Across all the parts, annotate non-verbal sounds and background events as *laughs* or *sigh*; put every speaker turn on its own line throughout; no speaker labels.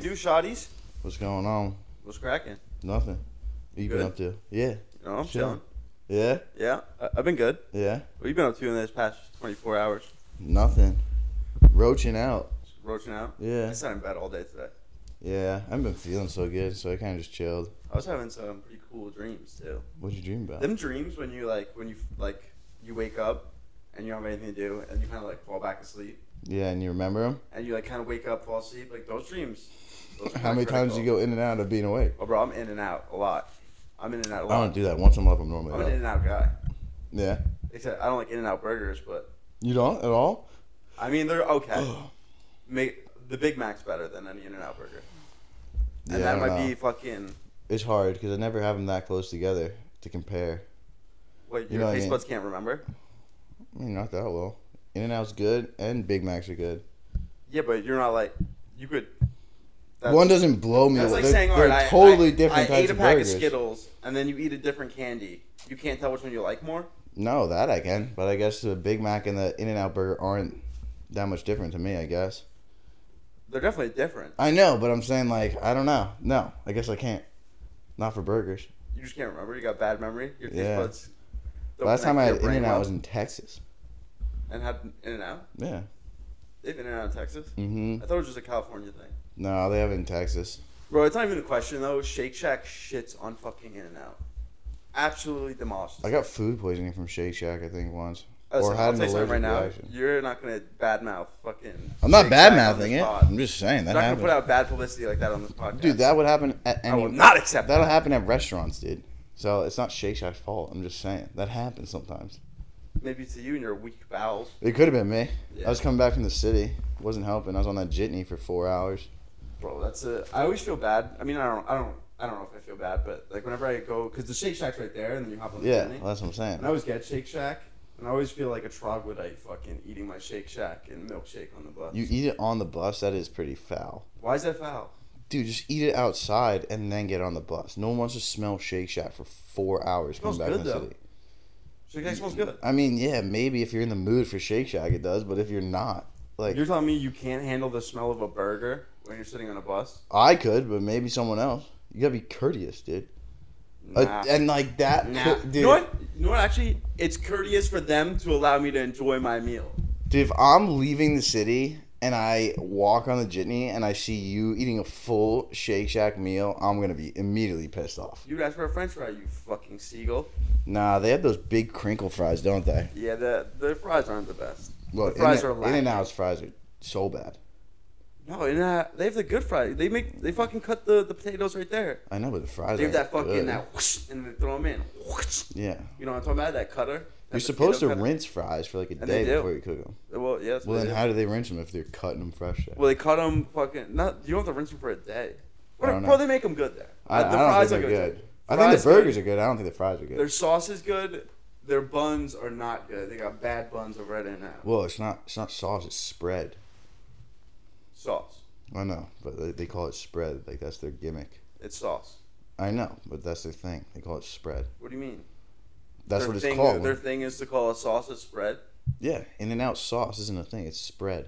do, shotties?
What's going on?
What's cracking?
Nothing. You
Good.
been up to? Yeah.
You know, I'm
Chilling.
chilling.
Yeah.
Yeah, I- I've been good.
Yeah.
What you been up to in this past 24 hours?
Nothing. Roaching out.
Just roaching out. I
Yeah.
sat in bed all day today.
Yeah. I haven't been feeling so good, so I kind of just chilled.
I was having some pretty cool dreams too.
What'd you dream about?
Them dreams when you like when you like you wake up and you don't have anything to do and you kind of like fall back asleep
Yeah, and you remember them?
and you like kind of wake up fall asleep like those dreams. Those are
How many times do you
critical.
go in and out of being awake?
Oh, bro, I'm in and out a lot. I'm in and out a
I
lot.
don't do that. Once I'm up, I'm
I'm an
normally
in
up.
and out guy.
Yeah.
Except I don't like in and out burgers, but
You don't at
*clears throat*
all?
I mean they're
*gasps*
okay. Make the Big Mac's better than any in and out burger.
Yeah.
And
I
that
don't
might
know.
be fucking
It's hard because I never have them that close together to compare.
what
You
your
know what I
taste
mean.
buds can't remember.
I mean, not that well. In and Out's good, and Big Macs are good.
Yeah, but you're not like you could that's-
One doesn't blow me.
That's
away.
like
they're
saying, all
they're
right, I-
totally
I,
different
I
types
ate a
of
pack
burgers.
of Skittles, and then you eat a different candy. You can't tell which one you like more.
No, that I can, but I guess the Big Mac and the In and Out burger aren't that much different to me. I guess
They're definitely different.
I know, but I'm saying like I don't know. No, I guess I can't. Not for burgers.
You just can't remember. You got bad memory. Your taste
Yeah.
buds. don't
Last time
connect
I had
to your
In
brain
and Out
well.
was in Texas.
and had In and Out.
Yeah.
They've In and Out in Texas.
Mm-hmm.
I thought it was just a California thing.
No, they have it in Texas.
Bro, it's not even a question though. Shake Shack shits on fucking In and Out. Absolutely demolished.
I got food poisoning from Shake Shack, I think once.
Listen,
or
I'll
had an
tell you something
allergic
right now.
reaction.
You're not gonna badmouth fucking.
I'm not
Shake Shack
bad
on
mouthing
this
it.
pod.
I'm just saying that
You're not gonna
happened.
put out bad publicity like that on this podcast,
Dude, that would happen at
I
any.
will not accept
That'll happen at restaurants, dude. So it's not Shake Shack's fault. I'm just saying that happens sometimes.
Maybe to you and your weak bowels.
It could have been me.
Yeah.
I was coming back from the city. wasn't helping. I was on that jitney for four hours.
Bro, that's a. I always feel bad. I mean, I don't, I don't, I don't know if I feel bad, but like whenever I go, because the Shake Shack's right there, and then you hop on the
Yeah,
journey.
well, that's what I'm
and
saying.
I always get Shake Shack, and I always feel like a troglodyte fucking eating my Shake Shack and milkshake on the bus.
You eat it on the bus. That is pretty foul,
Why is that foul?
dude. Just eat it outside and then get on the bus. No one wants to smell Shake Shack for four hours coming
Smells
back
good,
from the
though.
city.
Shake Shack smells good.
I mean, yeah, maybe if you're in the mood for Shake Shack, it does. But if you're not, like
You're telling me you can't handle the smell of a burger when you're sitting on a bus?
I could, but maybe someone else. You gotta be courteous, dude.
Nah.
Uh, and like that,
nah.
could- dude.
You know what? You know what? Actually, it's courteous for them to allow me to enjoy my meal.
Dude, if I'm leaving the city and I walk on the jitney and I see you eating a full Shake Shack meal, I'm gonna be immediately pissed off.
You'd ask for a French fry, you fucking seagull.
Nah, they have those big crinkle fries, don't they?
Yeah, the the fries aren't the best.
Well,
the fries
in,
are
in
lacking.
and out's fries are so bad.
No, in that they have the good fries. They make they fucking cut the, the potatoes right there.
I know, but the fries.
They have
aren't
that fucking
good.
that whoosh, and they throw them in. Whoosh.
Yeah,
You know what I'm talking about? That cutter. that
you're supposed to
potato cutter.
rinse fries for like a
And
day
they do.
before you cook them.
Well, yeah. that's what
Well,
they
then
do.
how do they rinse them if they're cutting them fresh? yet?
Well, they cut them fucking. Not you don't have to rinse them for a day. What
I
a,
don't
bro,
know.
they make them good there. Uh,
I, I don't think they're good. I think
Fries
the burgers are good. I don't think the fries are good.
Their sauce is good. Their buns are not good. They got bad buns over at In and Out.
well, it's not. It's not sauce. It's spread.
Sauce.
I know, but they, they call it spread. Like that's their gimmick.
It's sauce.
I know, but that's their thing. They call it spread.
What do you mean?
That's
their
what it's
thing,
called.
Their thing is to call a sausage spread.
yeah, In and Out sauce isn't a thing. It's spread.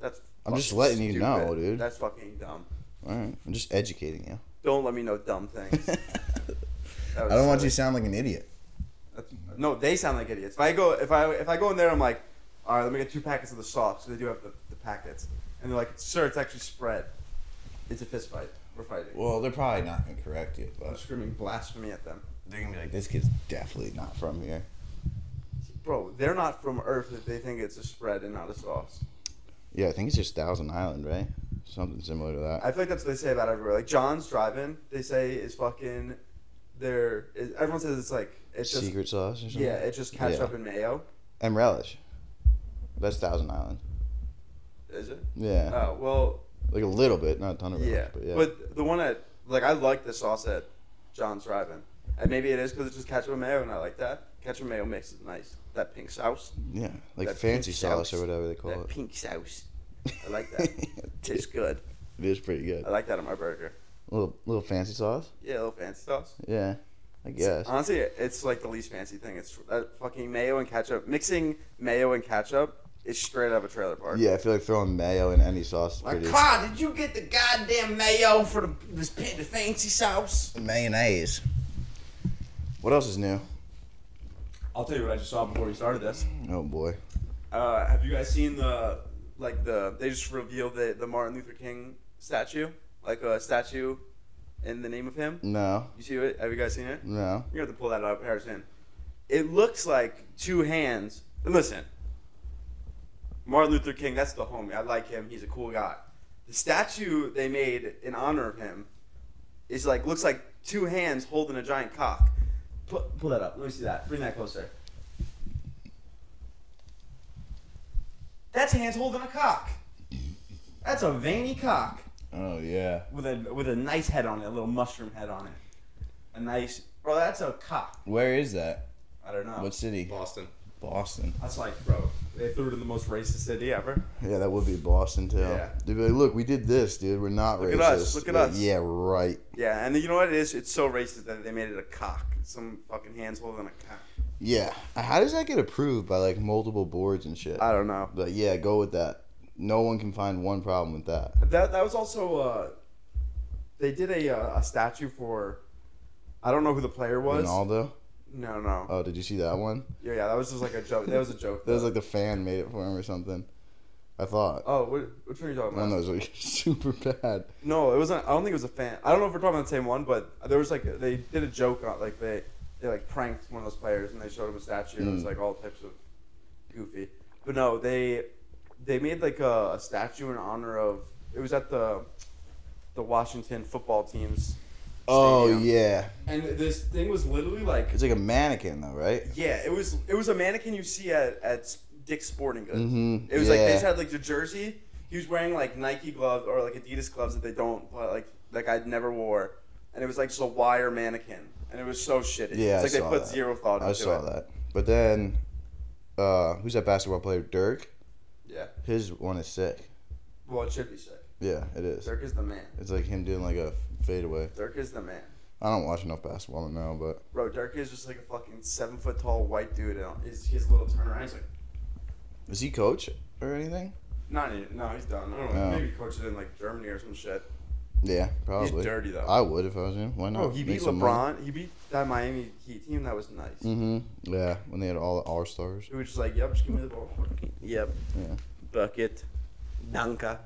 That's.
I'm just
fucking
letting you know,
stupid.
dude.
That's fucking dumb.
All right, I'm just educating you. *laughs*
Don't let me know dumb things. That
I
was
don't want
silly.
you to sound like an idiot.
That's- No, they sound like idiots. If I go, if I if I go in there, I'm like, all right, let me get two packets of the sauce. So they do have the, the packets, and they're like, sir, it's actually spread. It's a fist fight. We're fighting.
Well, they're probably not gonna correct you,
I'm
but
screaming blasphemy at them,
they're gonna be like, "This kid's definitely not from here."
bro. They're not from Earth if they think it's a spread and not a sauce.
Yeah, I think it's just Thousand Island, right? Something similar to that.
I feel like that's what they say about everywhere. Like John's driving, they say is fucking. Their is, everyone says it's like it's just
Secret sauce or something.
yeah, it's just ketchup
Yeah.
and mayo.
and relish. That's Thousand Island.
Is it?
Yeah,
Oh well,
like a little bit, not a ton of relish,
Yeah,
but yeah.
but the one at like I like the sauce at John's Driving, and maybe it is because it's just ketchup and mayo, and I like that. Ketchup and mayo makes it nice. That pink sauce,
yeah, like
that
fancy
pink
sauce or
sauce.
whatever they call
that
it.
pink sauce, I
*laughs*
like that. tastes good.
It is pretty good.
I like that on my burger.
little little fancy sauce.
Yeah, a little fancy sauce.
Yeah, I guess.
Honestly, it's like the least fancy thing. It's uh, fucking mayo and ketchup. Mixing mayo and ketchup It's straight out of a trailer park.
Yeah, I feel like throwing mayo in any sauce is
Like,
pretty.
Carl, did you get the goddamn mayo for the this pit, the fancy sauce?
Mayonnaise. What else is new?
I'll tell you what I just saw before we started this.
Oh boy.
Uh, have you guys seen the like the they just revealed the the Martin Luther King statue, like a statue in the name of him?
No.
You see it? Have you guys seen it?
No.
You have to pull that up, Harrison. It looks like two hands. And listen, Martin Luther King, that's the homie. I like him. He's a cool guy. The statue they made in honor of him is like looks like two hands holding a giant cock. Pull, pull that up. Let me see that. Bring that closer. That's hands holding a cock. That's a veiny cock
Oh yeah.
with a with a nice head on it, a little mushroom head on it. A nice, bro. That's a cock.
Where is that?
I don't know.
What city?
Boston.
Boston.
That's like, bro, they threw it in the most racist city ever.
Yeah, that would be Boston too.
Yeah.
They'd be like, look, we did this, dude. We're not
Look
racist.
at us, look at
Like,
us.
Yeah, right.
Yeah, and you know what it is? It's so racist that they made it a cock. Some fucking hands holding a cock.
Yeah. How does that get approved by like multiple boards and shit?
I don't know.
Like, yeah, go with that. No one can find one problem with that.
That that was also uh, they did a uh, a statue for, I don't know who the player was.
Ronaldo.
No, no.
Oh, did you see that one?
Yeah, yeah, that was just like a joke. That was a joke.
That was
though.
like the fan made it for him or something. I thought.
Oh, what, which one are you talking
I don't
about?
know. It was like *laughs* super bad.
No, it wasn't. I don't think it was a fan. I don't know if we're talking about the same one, but there was like they did a joke on like they they like pranked one of those players and they showed him a statue and it was
Mm.
like all types of goofy. But no, they they made like a, a statue in honor of it was at the the Washington football teams.
Oh
stadium.
yeah.
And this thing was literally like
It's like a mannequin though, right?
yeah, it was it was a mannequin you see at at Dick's Sporting Goods.
Mhm,
It was like they
yeah.
just had like the jersey. He was wearing like Nike gloves or like Adidas gloves that they don't but, like like I'd never wore, and it was like just a wire mannequin, and it was so shitty.
Yeah, I
it's like
saw
they put
that.
zero thought into
I saw
it.
that. But then, uh, who's that basketball player? Dirk.
Yeah,
His one is sick.
well, it should be sick.
Yeah, it is.
Dirk is the man.
It's like him doing like a fadeaway.
Dirk is the man,
I don't watch enough basketball to know, but
bro. Dirk is just like a fucking seven foot tall white dude, and his his little turnaround. He's like,
is he coach or anything?
not in, no, he's done. I don't know.
No.
Maybe he coaches in like Germany or some shit.
Yeah, probably.
He's dirty though.
I would if I was him. Why not?
Bro, he beat LeBron. He beat that Miami Heat team. That was nice.
Mm-hmm. Yeah, when they had all the all stars.
He was just like, "Yep, just give me the ball." Yep.
Yeah.
Bucket. Danka.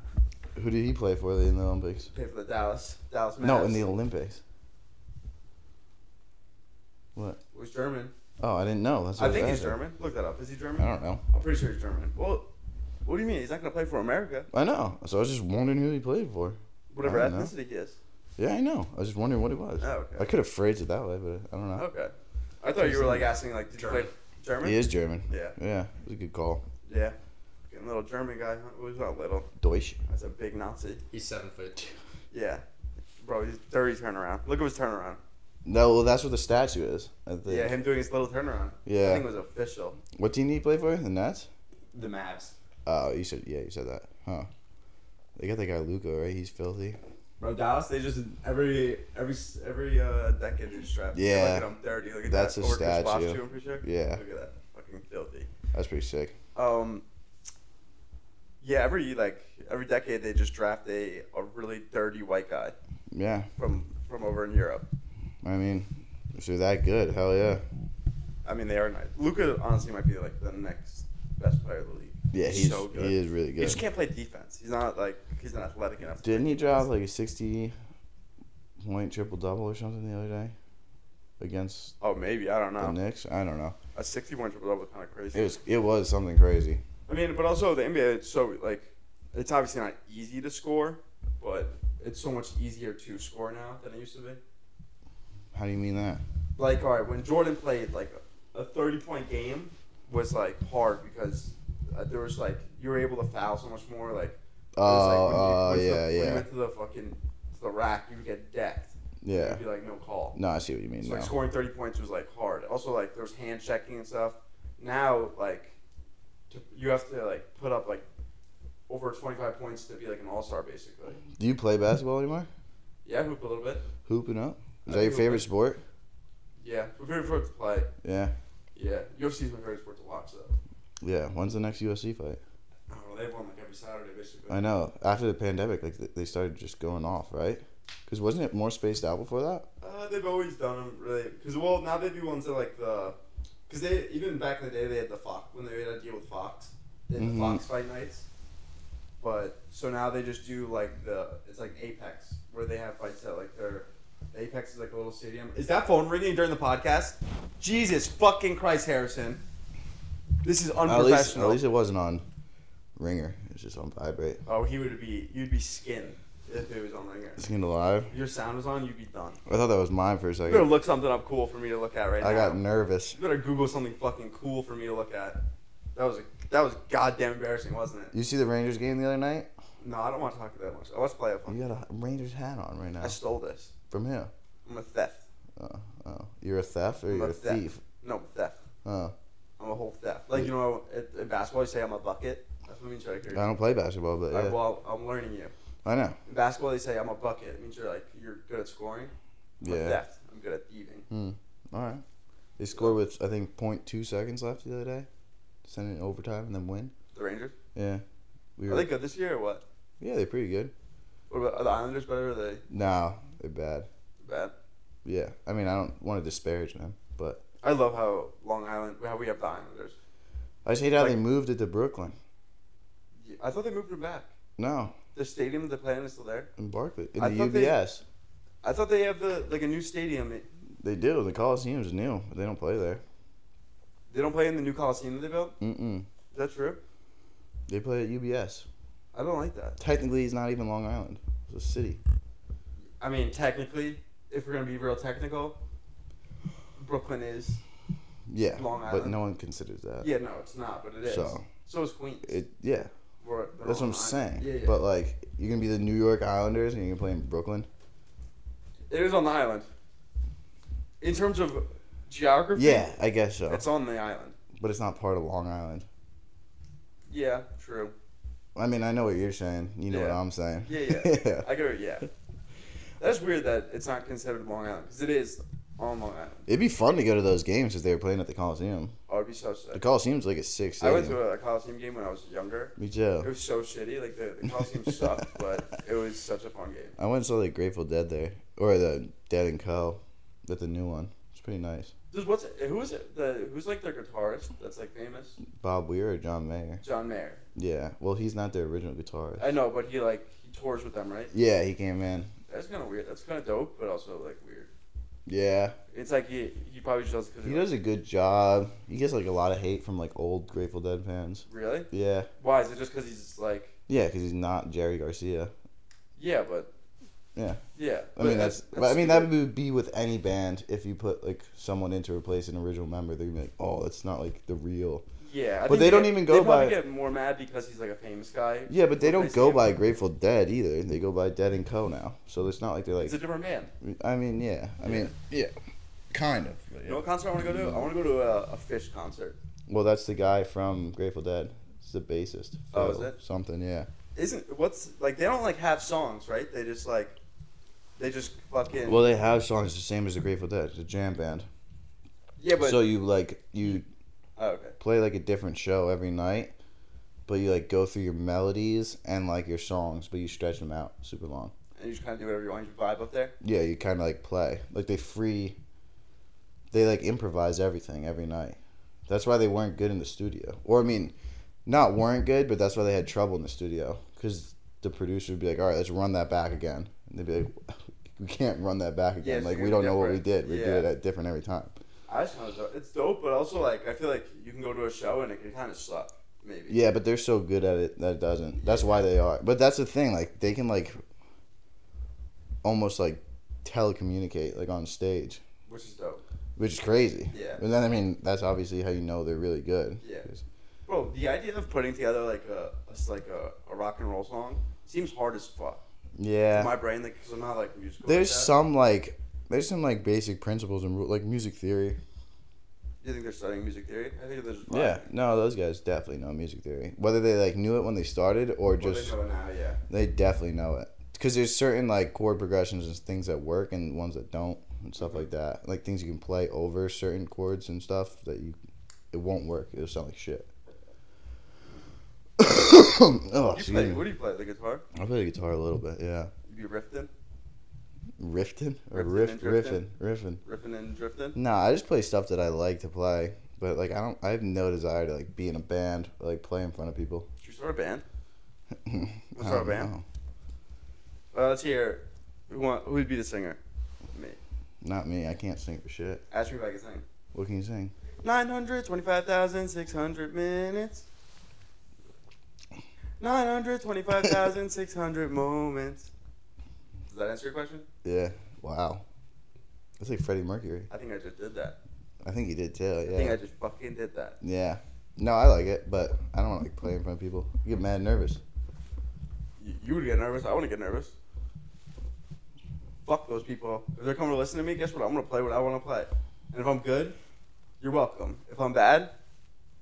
Who did he play for in the Olympics?
Pay for the Dallas. Dallas. Mavs.
No, in the Olympics.
It was German.
Oh, I didn't know. That's
I
what
think he's
was asking.
German. Look that up. Is he German?
I don't know.
I'm pretty sure he's German. Well, what do you mean? He's not gonna play for America.
I know. So I was just wondering who he played for.
Whatever
I don't know.
ethnicity he is.
Yeah, I know. I was just wondering what it was.
Oh, okay.
I could have phrased it that way, but I don't know.
Okay. I thought you were like asking like, did you
German.
play German?
He is German.
Yeah.
Yeah, it was a good call.
Yeah. Fucking little German guy. Huh? Well, he's not little.
Deutsch.
That's a big Nazi.
He's seven foot two.
Yeah. Bro, he's dirty turnaround. Look at his turnaround.
No, well, that's what the statue is. I think.
Yeah, him doing his little turnaround.
Yeah.
I think it was official.
What team did he play for? The Nets.
The Mavs.
Oh, you said yeah. You said that, huh? They got that guy Luca, right? He's filthy.
Bro, Dallas, they just every every every uh, decade they just strap.
Yeah.
look at them dirty. Look at
That's
that.
a
Or Chris Bosh,
statue.
too, I'm pretty sure.
Yeah.
Look at that, fucking filthy.
That's pretty sick.
Um. Yeah, every like every decade they just draft a, a really dirty white guy
Yeah,
from from over in Europe.
I mean, if they're that good, hell yeah.
I mean, they are nice. Luca honestly might be like the next best player of the league.
Yeah, he's,
so good.
he is really
He just
good.
can't play defense. He's not like he's not athletic enough. to play
Didn't he
defense.
drop like a sixty point triple double or something the other day against
Oh, maybe I don't
the
know.
Knicks? I don't know.
A sixty-one triple double was kind of crazy.
It was it was something crazy.
I mean, but also the NBA, it's so like, it's obviously not easy to score, but it's so much easier to score now than it used to be.
How do you mean that?
Like, all right, when Jordan played, like a, a thirty-point game was like hard because uh, there was like you were able to foul so much more. Like, it
Oh,
was, like, when you-
oh,
once
yeah,
the- When you
yeah,
went to the fucking to the rack, you would get decked.
yeah.
It'd be like no call.
No, I see what you mean
So,
now.
like scoring thirty points was like hard. Also, like there was hand checking and stuff. Now, like to, you have to like put up like over twenty five points to be like an all star, basically.
Do you play basketball anymore?
Yeah, hoop a little bit.
Hooping up? Is
I
that your
do,
favorite
but-
sport?
Yeah, my favorite sport to play.
Yeah.
Yeah, UFC is my favorite sport to watch though.
Yeah, when's the next USC fight?
Oh, well, they've won like every Saturday basically.
I know. After the pandemic, like th- they started just going off, right? Because wasn't it more spaced out before that?
Uh, they've always done them really because well now they do ones that like the because they even back in the day they had the Fox when they had a deal with Fox they had
Mhm.
the Fox fight nights, but so now they just do like the it's like Apex where they have fights at like their Apex is like a little stadium. Is that phone ringing during the podcast? Jesus fucking Christ, Harrison! This is
At least,
unprofessional.
at least it wasn't on ringer. It was just on vibrate.
oh, he would be you'd be skinned if it was on ringer.
It's gonna live.
If your sound was on, you'd be done.
I thought that was mine for a
You better
second.
look something up cool for me to look at right now.
I got nervous.
You better Google something fucking cool for me to look at. That was a, that was goddamn embarrassing, wasn't it?
You see the Rangers game the other night?
No, I don't want to talk that much. I want to play up.
You got a Rangers hat on right now
I stole this.
from him.
I'm a theft.
Oh, oh. you're a theft or
I'm
you're a
a theft.
thief?
No, I'm a theft.
Oh,
I'm a whole theft. Like you know, at, at basketball, you say I'm a bucket. That's what it means you're like.
I
You're,
don't play basketball, but
like,
yeah,
well, I'm learning you.
I know.
In basketball, they say I'm a bucket. It means you're like you're good at scoring. I'm a
Yeah.
theft. I'm good at thieving.
All right. They scored with I think 0.2 seconds left the other day, send it in overtime and then win.
The Rangers
Yeah, we
are
were.
they good this year or what?
Yeah, they're pretty good.
What about are the Islanders better? Or are they
No, they're bad.
bad?
Yeah, I mean I don't want to disparage them, but
I love how Long Island, how we have the Islanders.
I just hate how
Like-
they moved it to Brooklyn.
I thought they moved them back.
No,
The stadium the plan is still there.
in Barclay, in
I
the
thought they-
UBS.
I thought they have the like a new stadium.
They do. The Coliseum's new, but they don't play there.
They don't play in the new Coliseum that they built.
Mm-mm.
Is that true?
They play at UBS.
I don't like that.
Technically, it's not even Long Island. It's a city.
I mean, technically, if we're gonna be real technical, Brooklyn is.
Yeah,
Long
but
Island.
no one considers that.
Yeah, no, it's not, but it is.
So.
So, is Queens.
It yeah,
We're- they're
that's
on
what I'm
the
saying.
island. Yeah, yeah.
But like, you're gonna be the New York Islanders and you're gonna play in Brooklyn.
it is on the island. In terms of geography,
Yeah, I guess so.
it's on the island.
but it's not part of Long Island.
Yeah, true.
I mean, I know what you're saying. You know what
Yeah.
I'm saying. *laughs*
Yeah, yeah. I go, yeah. That's weird that it's not considered Long Island because it is on Long Island.
It'd be fun to go to those games if they were playing at the Coliseum.
I would be so sick.
The Coliseum's like a six.
I went to a Coliseum game when I was younger.
Me
It
too.
was so shitty. Like the, the
*laughs*
Coliseum sucked, but it was such a fun game.
I went and saw the Grateful Dead there, or the Dead and Co. At the new one. It's pretty nice.
There's what's who is it? The who's like their guitarist that's like famous?
Bob Weir or John Mayer.
John Mayer.
Yeah. Well, he's not their original guitarist.
I know, but he like he tours with them, right?
yeah, he came in.
That's kind of weird. That's kind of dope, but also like weird.
Yeah,
It's like he he probably just does because
he does a good job. He gets like a lot of hate from like old Grateful Dead fans.
really.
Yeah,
Why is it just because he's like
yeah, because he's not Jerry Garcia.
yeah, but
Yeah.
yeah.
I
but
mean that's, but I mean that
stupid.
would be with any band if you put like someone in to replace an original member they're gonna be like oh that's not like the real
yeah. I
but
think
they don't
get-
even
they
go
probably
by-
get more mad because he's like a famous guy.
yeah but they don't
Replace
go
him.
by Grateful Dead either they go by Dead and Co now so it's not like they're like
It's a different band.
I mean yeah I mean yeah kind of
You know what concert I want to go to? I want to go to a, a Fish concert.
well that's the guy from Grateful Dead it's the bassist
Oh, is
Phil
it?
something yeah
Isn't what's like they don't like have songs, right? They just like they just fucking
well they have songs the same as the Grateful Dead it's a jam band
yeah, but
so you like you
oh, okay.
play like a different show every night, but you like go through your melodies and like your songs, but you stretch them out super long.
And you just kind of do whatever you want. You vibe up there.
Yeah, you kind of like play like they free. They like improvise everything every night. That's why they weren't good in the studio. Or I mean, not weren't good, but that's why they had trouble in the studio because the producer would be like, "All right, let's run that back again," and they'd be like. *laughs* We can't run that back
Yeah,
again.
it's
like we
gonna
don't
be
know what we did.
different.
We
Yeah.
did it different every time.
I just kind of dope. it's dope, but also like I feel like you can go to a show and it can kind of suck, maybe.
Yeah, but they're so good at it that it doesn't. That's why they are. But that's the thing, like they can like almost like telecommunicate like on stage,
Which is dope,
which is crazy.
Yeah.
But then I mean, that's obviously how you know they're really good.
Yeah.
'Cause-
bro. The idea of putting together like a, a s- like a, a rock and roll song seems hard as fuck.
Yeah.
My brain, like, because I'm not like musical.
there's
like that.
some like there's some like basic principles and rule like music theory.
You think they're studying music theory? I think there's
Yeah. No, those guys definitely know music theory. Whether they like knew it when they started or
Well,
just
they know it now, yeah.
they definitely know it because there's certain like chord progressions and things that work and ones that don't and stuff like
Mm-hmm.
that like things you can play over certain chords and stuff that you it won't work it'll sound like shit *coughs* oh,
You play,
excuse
what
me.
do you play? The guitar?
I play the guitar a little bit, yeah.
You be riffing,
Rifting or
Riffing
riff,
and drifting?
riffing, riffing.
riffing and drifting.
No, I just play stuff that I like to play, but like I don't. I have no desire to like be in a band, or, like play in front of people. *laughs*
Should we start a band?
What's
our band? Uh, let's hear. Who want, who'd be the singer? Me.
Not me. I can't sing for shit.
Ask me if I can sing.
What can you sing?
Nine hundred twenty-five thousand six hundred minutes. Nine hundred twenty-five thousand six hundred moments. Does that answer your question?
Yeah. Wow. That's like Freddie Mercury.
I think I just did that.
I think he did too. Yeah.
I think I just fucking did that.
yeah. No, I like it, but I don't like play in front of people. You get mad, and nervous.
You, you would get nervous. I wouldn't get nervous. Fuck those people. If they're coming to listen to me, guess what? I'm gonna play what I want to play. And if I'm good, you're welcome. If I'm bad,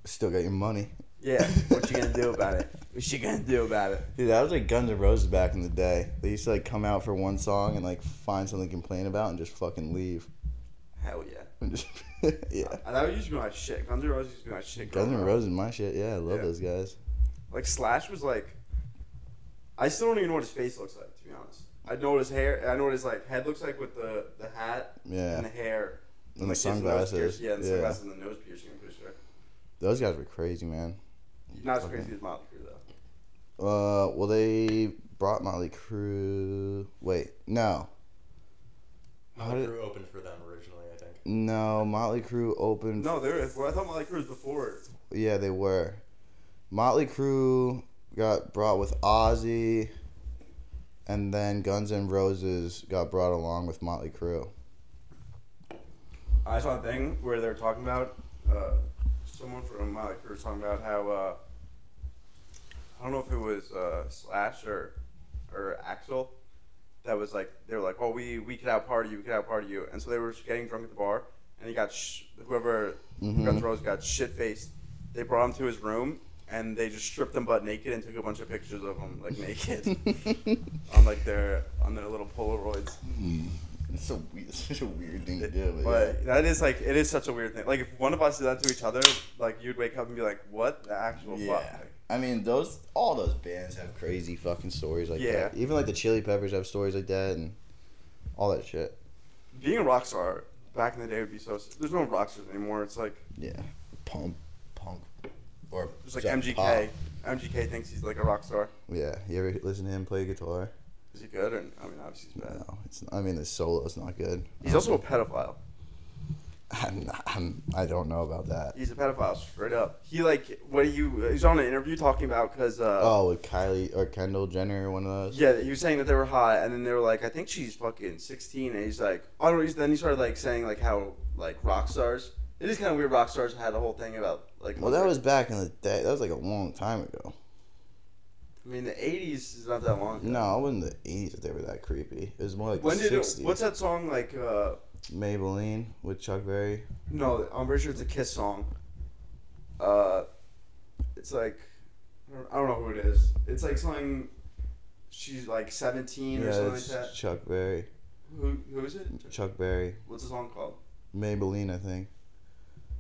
Still got your money.
yeah. What you gonna do about it? What you gonna do about it?
Dude, that was like Guns N' Roses back in the day. They used to like come out for one song and like find something to complain about and just fucking leave.
Hell yeah.
And just *laughs* yeah.
And that used to be my shit. Guns N' Roses used to be my shit.
Guns
growing
N'
up.
Roses, my shit. Yeah, I love
uh, Yeah.
those guys.
Like Slash was like, I still don't even know what his face looks like to be honest. I know what his hair. I know what his like head looks like with the the hat
Yeah,
and the hair
and the
like, his nose
sunglasses.
piercing- Yeah, and the
yeah.
sunglasses and the nose piercing. I'm pretty sure.
Those guys were crazy, man.
Not as
Okay.
crazy as Motley Crue though.
Uh, well, they brought Molly Crew. Wait, no, How
Motley
did-
Crue opened for them originally, I think.
no. Motley Crew opened.
No, there. Well, I thought Motley Crue was before.
Yeah, they were. Motley Crew got brought with Ozzy, and then Guns N' Roses got brought along with Motley *laughs* Crew.
I saw a thing where they were talking about uh, someone from Motley Crue was talking about how uh, I don't know if it was uh, Slash or or Axel that was like they were like, oh, we we could out party you, we could out party you, and so they were just getting drunk at the bar, and he got sh- whoever
Mhm.
Guns N' Roses got shit faced. They brought him to his room. And they just stripped him butt naked and took a bunch of pictures of him like
*laughs*
naked on like their on their little Polaroids.
It's so
*laughs*
weird. It's such a weird thing to do,
But that is like it is such a weird thing. Like if one of us did that to each other, like you'd wake up and be like, "What the actual
Yeah.
fuck?" Like,
I mean, those all those bands have crazy fucking stories like
Yeah.
that. Even like the Chili Peppers have stories like that and all that shit.
being a rock star back in the day would be so. There's no rock stars anymore. It's like
Yeah, punk, punk, or
it's like
sorry,
MGK.
pop.
MGK thinks he's like a rock star.
Yeah, you ever listen to him play guitar?
Is he good? Or I mean, obviously he's bad.
No, it's. I mean, the solo's not good. *laughs*
He's also a pedophile.
I'm not, I'm, I don't know about that.
He's a pedophile straight up. He like what do you? He's on an interview talking about because uh,
Oh, with Kylie or Kendall Jenner, one of those.
Yeah, he was saying that they were hot, and then they were like, I think she's fucking 16, and he's like, oh, no, he's, then he started like saying like how like rock stars. It is kind of weird. Rock stars had a whole thing about like.
Well, that was back in the day. That was like a long time ago.
I mean, the 80s is not that long. ago.
No, it wasn't the '80s that they were that creepy. It was more like
When
the
did
'60s.
it, what's that song like? uh
Maybelline with Chuck Berry.
No, I'm pretty sure it's a Kiss song. Uh, it's like I don't- I don't know who it is. It's like something. She's like 17 or
Yeah,
something like
it's
that.
Chuck Berry.
Who who is it?
Chuck Berry.
What's the song called?
Maybelline, I think.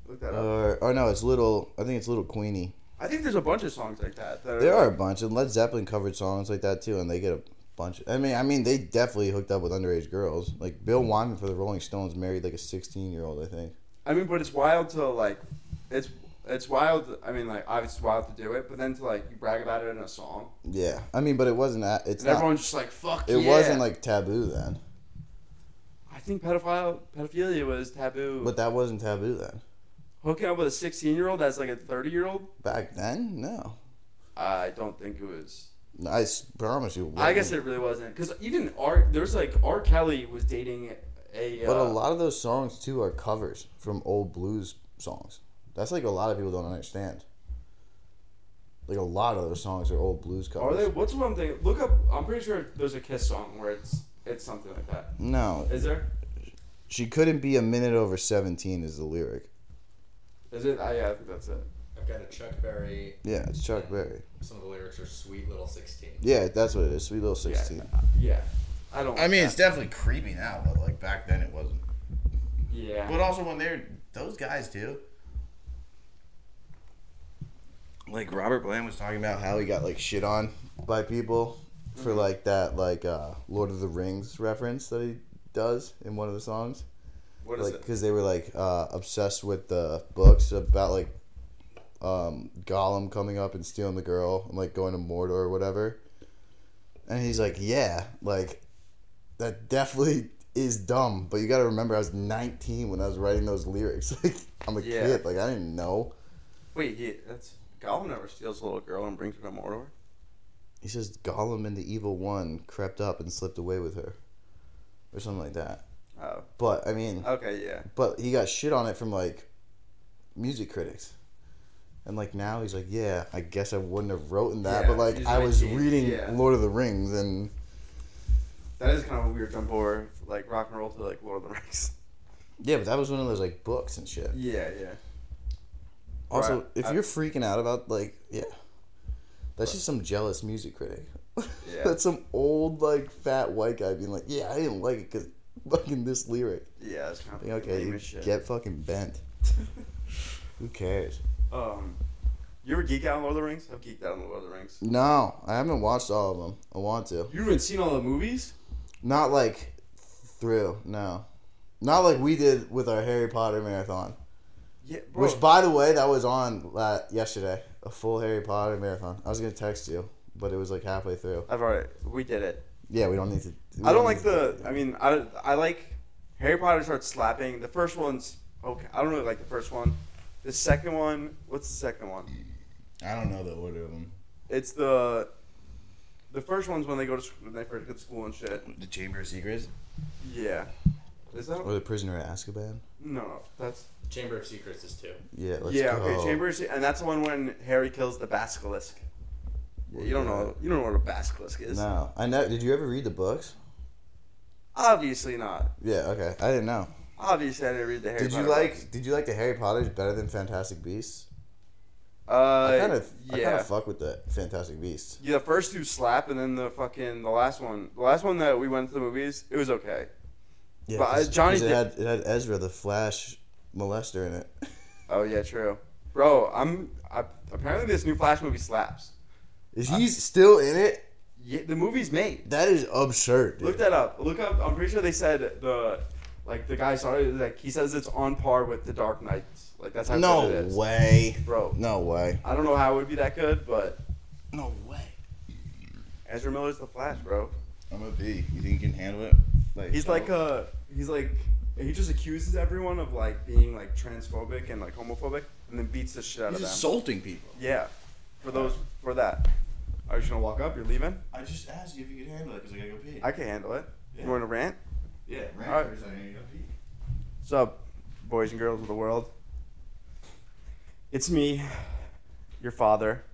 Look that up.
Or oh no, it's little. I think it's little Queenie.
I think there's a bunch of songs like that. that
There are a bunch, and Led Zeppelin covered songs like that too, and they get a bunch. I mean, I mean, they definitely hooked up with underage girls. Like
Mm-hmm.
Bill Wyman for the Rolling Stones married like a sixteen-year-old, I think.
I mean, but it's wild to like, it's it's wild. I mean, like obviously it's wild to do it, but then to like you brag about it in a song,
Yeah, I mean, but it wasn't that. It's
and
not.
everyone's just like, "Fuck
it
yeah."
wasn't like taboo then,
I think pedophile pedophilia was taboo.
but that wasn't taboo then.
Hooking up with a sixteen year old that's like a thirty year old,
Back then, no.
I don't think it was.
I s- promise you. it
I guess
wasn't.
it really wasn't because even R there's like R Kelly was dating a. Uh,
But a lot of those songs too are covers from old blues songs. That's like a lot of people don't understand. Like a lot of those songs are old blues
Are
covers.
they? What's one thing? Look up. I'm pretty sure there's a Kiss song where it's it's something like that.
No,
Is there?
she couldn't be a minute over seventeen is the lyric.
Is it? I, yeah, I think that's it.
I've got a Chuck Berry.
Yeah, it's Chuck Berry.
Some of the lyrics are sweet little 16.
Yeah, that's what it is. Sweet Little Sixteen.
Yeah, yeah. I don't.
definitely creepy now, but like back then it wasn't.
yeah.
also when they're those guys do. like Robert Bland was talking about how he got like shit on by people for like that like uh Lord of the Rings reference that he does in one of the songs.
What is
Like
it?
because they were like uh obsessed with the books about like um Gollum coming up and stealing the girl and like going to Mordor or whatever. And he's like, "Yeah, like that definitely is dumb, but you got to remember I was 19 when I was writing those lyrics. *laughs* Like I'm a
Yeah.
kid, like I didn't know."
Wait, yeah, that's Gollum never steals a little girl and brings her to Mordor.
He says Gollum and the evil one crept up and slipped away with her, or something like that.
Oh,
But I mean,
okay, yeah.
but he got shit on it from like music critics, and like now he's like, yeah, I guess I wouldn't have written that,
Yeah,
but like
he's
I was
19,
reading
yeah.
Lord of the Rings, and
That is kind of a weird jump over, like rock and roll to like Lord of the Rings.
yeah, but that was one of those like books and shit.
*laughs* Yeah, yeah.
Also,
Right.
if
I-
you're freaking out about like, yeah, that's just some jealous music critic. *laughs*
Yeah.
that's some old like fat white guy being like, yeah, I didn't like it because fucking this lyric.
Yeah, that's kind of
Like, okay,
lame
you
as shit. *laughs*
get fucking bent. Who cares?
um, you ever geek out on Lord of the Rings? I've geeked out on Lord of the Rings.
No, I haven't watched all of them. I want to.
You haven't seen all the movies?
Not like through. No, not like we did with our Harry Potter marathon.
Yeah, bro.
Which, by the way, that was on la- yesterday. A full Harry Potter marathon. I was gonna text you, but it was like halfway through.
I've already we did it.
Yeah, we don't need to. we
I don't like
need
the.
to-
I mean, I I like Harry Potter starts slapping. The first one's okay. I don't really like the first one. The second one. What's the second one?
I don't know the order of them.
It's the. The first one's when they go to school, when they first go to school and shit.
The Chamber of Secrets
Yeah. Is that
or the Prisoner of Azkaban.
no? no that's
Chamber of Secrets is two.
Yeah. Let's
yeah.
Go.
Okay, Chambers, and that's the one when Harry kills the basilisk. Yeah, you don't know. You don't know what a basilisk is.
No, I know. Did you ever read the books?
Obviously not.
Yeah. Okay, I didn't know.
Obviously, I didn't read the Harry.
Did you
Potter books.
like Did you like the Harry Potters better than Fantastic Beasts?
Uh,
I kind of I kind
yeah.
of fuck with the Fantastic Beasts.
Yeah, the first two slap, and then the fucking the last one. The last one that we went to the movies, it was okay.
Yeah,
But, uh,
'cause-
Johnny
'cause it
did-
had it had Ezra the Flash molester in it. *laughs*
Oh yeah, true, bro. I'm I, apparently this new Flash movie slaps.
Is he still in it?
Yeah, the movie's made.
That is absurd. Dude.
Look that up. Look up. I'm pretty sure they said the like the guy saw it. Like he says it's on par with the Dark Knights. Like that's how
no
good it is,
way.
bro.
No way.
I don't know how it would be that good, but
No way.
Ezra Miller's the Flash, bro.
I'm a B. You think you can handle it?
He's like uh he's like he just accuses everyone of like being like transphobic and like homophobic, and then beats the shit out of them.
insulting people.
Yeah, for those for that. Are you just gonna walk up? You're leaving?
I just asked you if you could handle it because I gotta go pee.
I can handle it.
Yeah.
You want to rant?
yeah, right.
All right. What's up, boys and girls of the world? It's me, your father.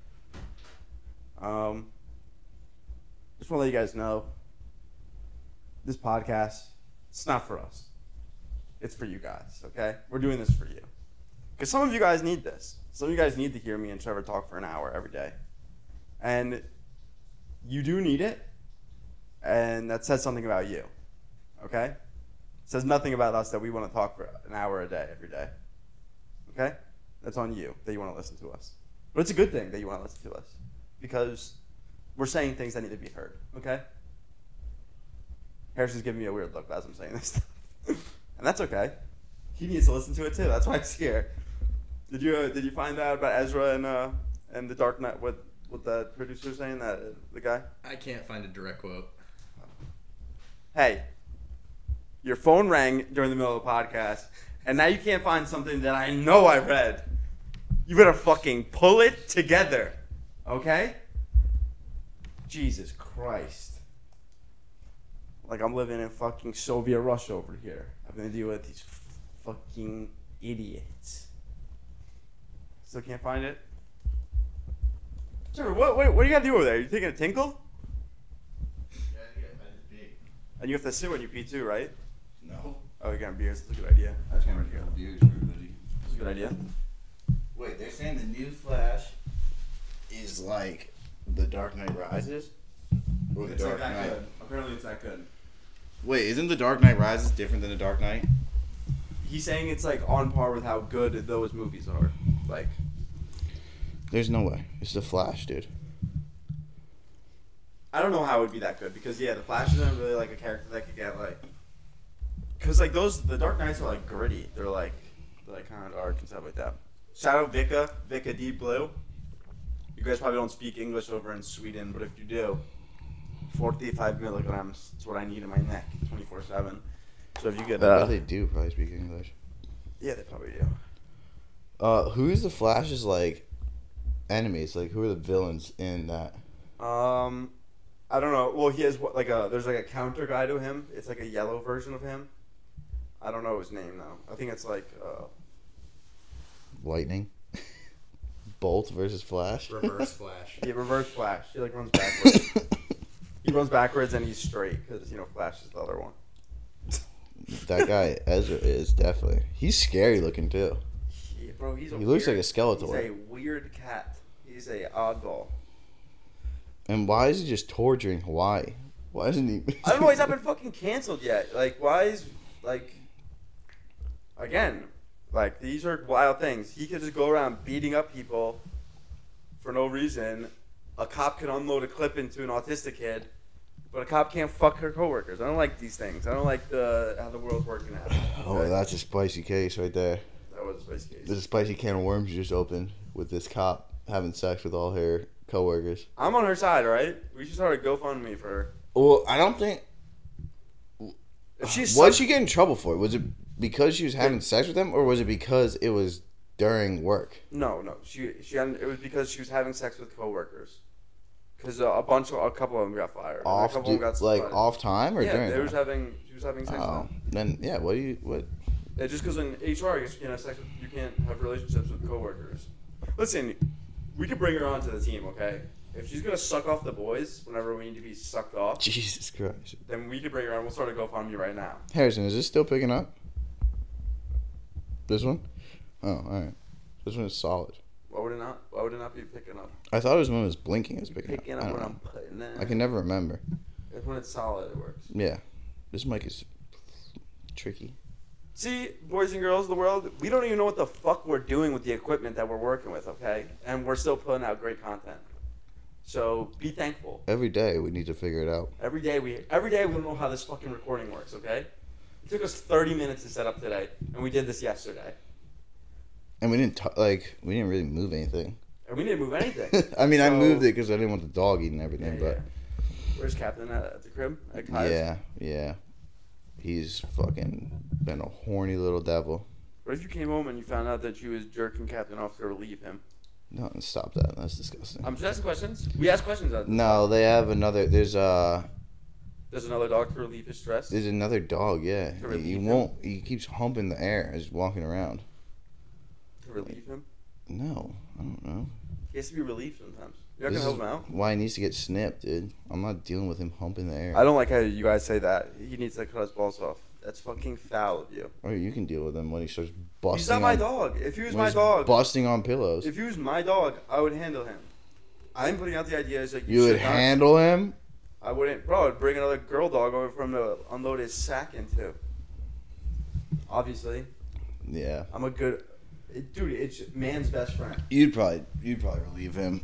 Um, just want to let you guys know. This podcast, it's not for us. It's for you guys. Okay, we're doing this for you, because some of you guys need this. Some of you guys need to hear me and Trevor talk for an hour every day, and you do need it, and that says something about you. Okay says nothing about us that we want to talk for an hour a day every day. Okay? That's on you that you want to listen to us. But it's a good thing that you want to listen to us because we're saying things that need to be heard. Okay? Harrison's giving me a weird look as I'm saying this stuff. *laughs* and that's okay. He needs to listen to it too. That's why he's here. Did you uh, did you find out about Ezra and uh and the Dark Knight what what the producer saying that uh, the guy?
I can't find a direct quote.
hey, your phone rang during the middle of the podcast, and now you can't find something that I know I read. You better fucking pull it together, okay? Jesus Christ. Like I'm living in fucking Soviet Russia over here. I'm gonna deal with these fucking idiots. Still can't find it. Sir, what? Wait, what do you gotta do over there? You taking a tinkle? And you have to sit when you pee too, right?
No.
Oh, you're getting beers. That's a good idea.
I can't really views for everybody.
That's a good idea.
Wait, they're saying the new Flash is like the Dark Knight Rises? Or the Dark Knight.
Apparently, it's that good.
Wait, isn't the Dark Knight Rises different than the Dark Knight?
He's saying it's like on par with how good those movies are. Like,
There's no way. It's the Flash, dude.
I don't know how it would be that good because yeah, the Flash isn't really like a character that could get like, because like those the Dark Knights are like gritty. They're like they're like kind of dark and stuff like that. Shadow Vika, Vika D Blue. You guys probably don't speak English over in Sweden, but if you do, forty-five milligrams is what I need in my neck, twenty-four seven. So if you get
I
that,
bet they do probably speak English.
yeah, they probably do.
Uh, who's the Flash's like enemies? Like, who are the villains in that?
Um, I don't know. Well, he has what like a there's like a counter guy to him. It's like a yellow version of him. I don't know his name though. I think it's like uh,
Lightning, *laughs* Bolt versus
*laughs*
Flash,
Reverse Flash.
he reverse Flash. He like runs backwards. he runs backwards and he's straight because you know Flash is the other one.
*laughs* that guy Ezra is definitely. He's scary looking too.
He, bro, he's a
He looks like
weird-
a Skeletor.
He's a weird cat. He's a oddball.
And why is he just torturing Hawaii? Why isn't he?
I don't know.
*laughs*
He's not been fucking canceled yet. Like, why is like again? Like these are wild things. He could just go around beating up people for no reason. A cop can unload a clip into an autistic kid, but a cop can't fuck her coworkers. I don't like these things. I don't like the how the world's working out.
Oh,
Okay?
that's a spicy case right there.
that was basically.
There's a spicy can of worms you just opened with this cop having sex with all her coworkers.
I'm on her side, all right? We should start a GoFundMe for her.
Well, I don't think.
If she's
What did
such-
she get in trouble for? Was it because she was having sex with them, or was it because it was during work?
No, no. She she it was because she was having sex with coworkers. Because uh, a bunch of a couple of them got fired. and
Off,
a couple of
du-
them got
like
fired.
off time or
Yeah,
during?
they was
work?
having she was having sex.
oh,
with them.
then yeah. What do you what? *laughs*
Yeah, just because in HR you can't have sex with you can't have relationships with coworkers. Listen, we could bring her onto the team, okay? If she's gonna suck off the boys whenever we need to be sucked off,
Jesus Christ,
then we could bring her on. We'll start a GoFundMe right now.
Harrison, is this still picking up? This one? Oh, all right. This one is solid.
Why would it not? Why would it not be picking up?
I thought it was when it was blinking. It was picking,
Picking
up. I
up
don't
when
know.
I'm putting it.
I can never remember.
It's when it's solid, it works.
Yeah, this mic is tricky.
See, boys and girls of the world, we don't even know what the fuck we're doing with the equipment that we're working with, okay? And we're still putting out great content. So be thankful.
Every day we need to figure it out.
Every day we every day we don't know how this fucking recording works, okay? It took us 30 minutes to set up today, and we did this yesterday.
And we didn't t- like we didn't really move anything. *laughs*
And we didn't move anything.
I mean, I
So-
moved it because I didn't want the dog eating
Yeah,
everything.
yeah. Where's Captain at, at the crib? At
but
Kyle's?
yeah, yeah, he's fucking been a horny little devil.
What if you came home and you found out that you was jerking Captain off to relieve him?
No, stop that. That's disgusting.
I'm just asking questions. We asked questions. On
no, they have another. There's uh,
There's another dog to relieve his stress.
there's another dog. Yeah,
To
he, he
relieve him?
won't. He keeps humping the air. as walking around.
To relieve him.
No, I don't know.
He has to be relieved sometimes. You're not
This
gonna help
is
him out.
Why he needs to get snipped, dude? I'm not dealing with him humping the air.
I don't like how you guys say that. He needs to cut his balls off. That's fucking foul of you.
Or Oh, you can deal with him when he starts busting.
he's not my
on,
dog. If he was
when
my
he's
dog,
Busting on pillows.
if he was my dog, I would handle him. I'm putting out the idea is like you,
you would
should not-
handle him.
I wouldn't, bro. I'd bring another girl dog over for him to unload his sack into. Obviously,
Yeah,
I'm a good it, dude. It's man's best friend.
you'd probably you'd probably relieve him.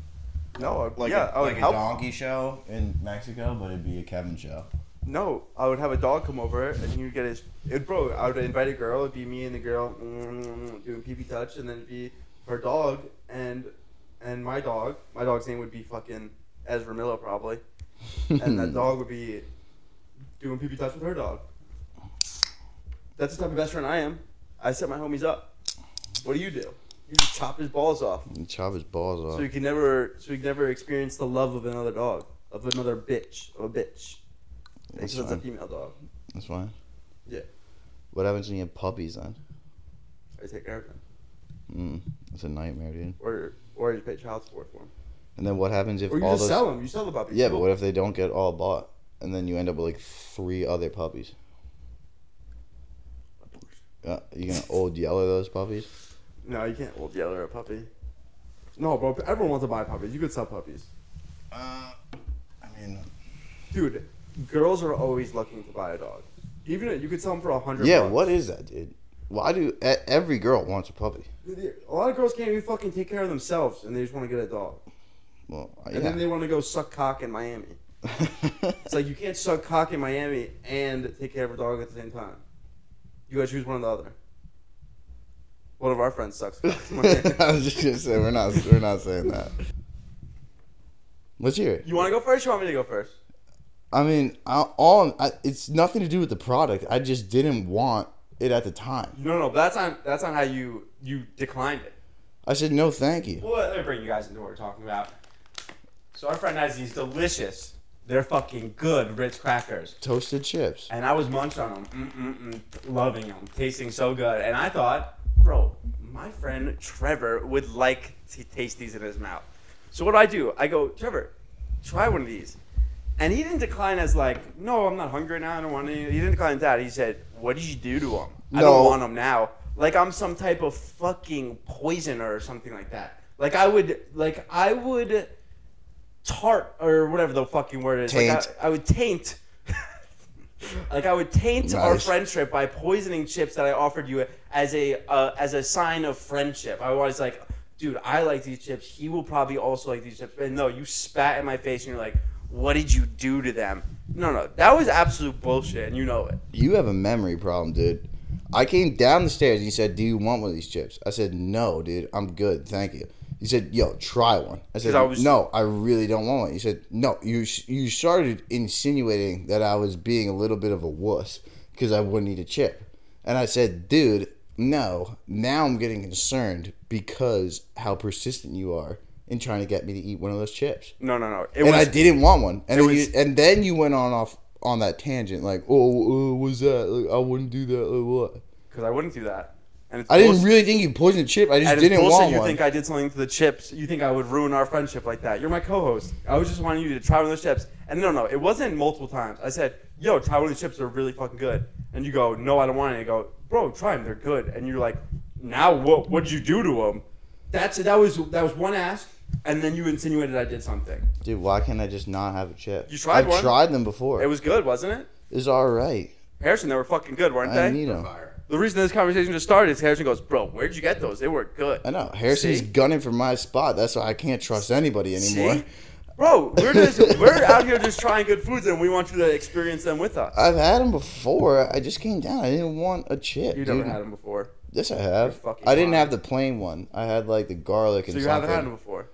No, I,
Like
yeah,
a,
I would
like
help.
a donkey show in Mexico, but it'd be a Kevin *laughs* show.
No, I would have a dog come over and he would get his. It, bro, I would invite a girl. It'd be me and the girl mm, doing pee pee touch, and then it'd be her dog and and my dog. My dog's name would be fucking Ezra Miller probably, and
*laughs*
that dog would be doing pee pee touch with her dog. That's the type of best friend I am. I set my homies up. What do you do? You just chop his balls off,
And chop his balls off.
so you can never, so you can never experience the love of another dog, of another bitch, of a bitch.
That's
Because it's a
fine.
female dog.
That's fine.
Yeah.
What happens when you have puppies then?
I take care of them.
Mm, it's a nightmare, dude.
Or or you pay child support for them.
And then what happens if
Or you
all
just
those?
sell them. You sell the puppy.
Yeah, but what if they don't get all bought, and then you end up with like three other puppies? Uh, you
*laughs*
gonna old yellow those puppies?
No, you can't old yeller a puppy. No, bro. Everyone wants to buy puppies. You could sell puppies,
Uh, I mean,
dude. Girls are always looking to buy a dog. Even if you could sell them for a hundred.
yeah.
bucks.
What is that, dude? Why do e- every girl wants a puppy?
A lot of girls can't even fucking take care of themselves, and they just want to get a dog.
Well,
And then
yeah.
they want to go suck cock in Miami.
*laughs*
It's like *laughs* you can't suck cock in Miami and take care of a dog at the same time. You gotta choose one or the other. One of our friends sucks
*laughs*
cock in Miami.
I was just gonna say we're not we're not saying that. Let's hear it.
You want to go first? Or you want me to go first?
I mean, I, all I, it's nothing to do with the product. I just didn't want it at the time.
No, no, but that's on that's on how you you declined it.
I said no, thank you.
Well, let me bring you guys into what we're talking about. So our friend has these delicious, they're fucking good Ritz crackers,
Toasted chips.
and I was munching on them, Mm-mm-mm, loving them, tasting so good, and I thought, bro, my friend Trevor would like to taste these in his mouth. So what do I do? I go, Trevor, try one of these. And he didn't decline as like, no, I'm not hungry now. I don't want any. He didn't decline that. He said, what did you do to him? I
No.
don't want him now. Like I'm some type of fucking poisoner or something like that. Like I would, like I would tart or whatever the fucking word is.
Taint.
Like I, I would taint. *laughs* like I would taint our
Nice.
friendship by poisoning chips that I offered you as a uh, as a sign of friendship. I was like, dude, I like these chips. He will probably also like these chips. And no, you spat in my face and you're like, what did you do to them? No, no, that was absolute bullshit, and you know it.
You have a memory problem, dude. I came down the stairs and he said, "Do you want one of these chips?" I said, "No, dude. I'm good, thank you." He said, "Yo, try one." I said,
I was-
"No, I really don't want one." He said, "No, you sh- you started insinuating that I was being a little bit of a wuss because I wouldn't eat a chip." And I said, "Dude, no. Now I'm getting concerned because how persistent you are in trying to get me to eat one of those chips."
No, no, no. It
and
was
I didn't want one. And
it
then
was-
you, and then you went on off on that tangent like, oh, uh, was that? Like, I wouldn't do that. Like, what?
because I wouldn't do that. And it's
I didn't
bullshit.
really think you poisoned chip. I just
And it's
didn't
bullshit
want
you
one.
think I did something to the chips. You think I would ruin our friendship like that. You're my co-host. I was just wanting you to try one of those chips. And no, no, it wasn't multiple times. I said, yo, try one of these chips. They're really fucking good. And you go, no, I don't want any. I go, bro, try them. They're good. And you're like, now what? What'd you do to them? That's that was that was one ask. And then you insinuated I did something.
Dude, why can't I just not have a chip?
You tried
I've
one.
tried them before.
It was good, wasn't it?
it's all right.
Harrison, they were fucking good, weren't
I
they?
need them.
Fire.
the reason this conversation just started is Harrison goes, bro, where'd you get those? They were good.
I know. Harrison's
See?
gunning for my spot. That's why I can't trust anybody anymore.
See? Bro, we're just we're out here just trying good foods and we want you to experience them with us.
I've had them before. I just came down. I didn't want a chip.
You
dude.
never had them before.
Yes, I have.
You're fucking
I didn't
lying.
have the plain one. I had like the garlic and
So you
something.
haven't had them before.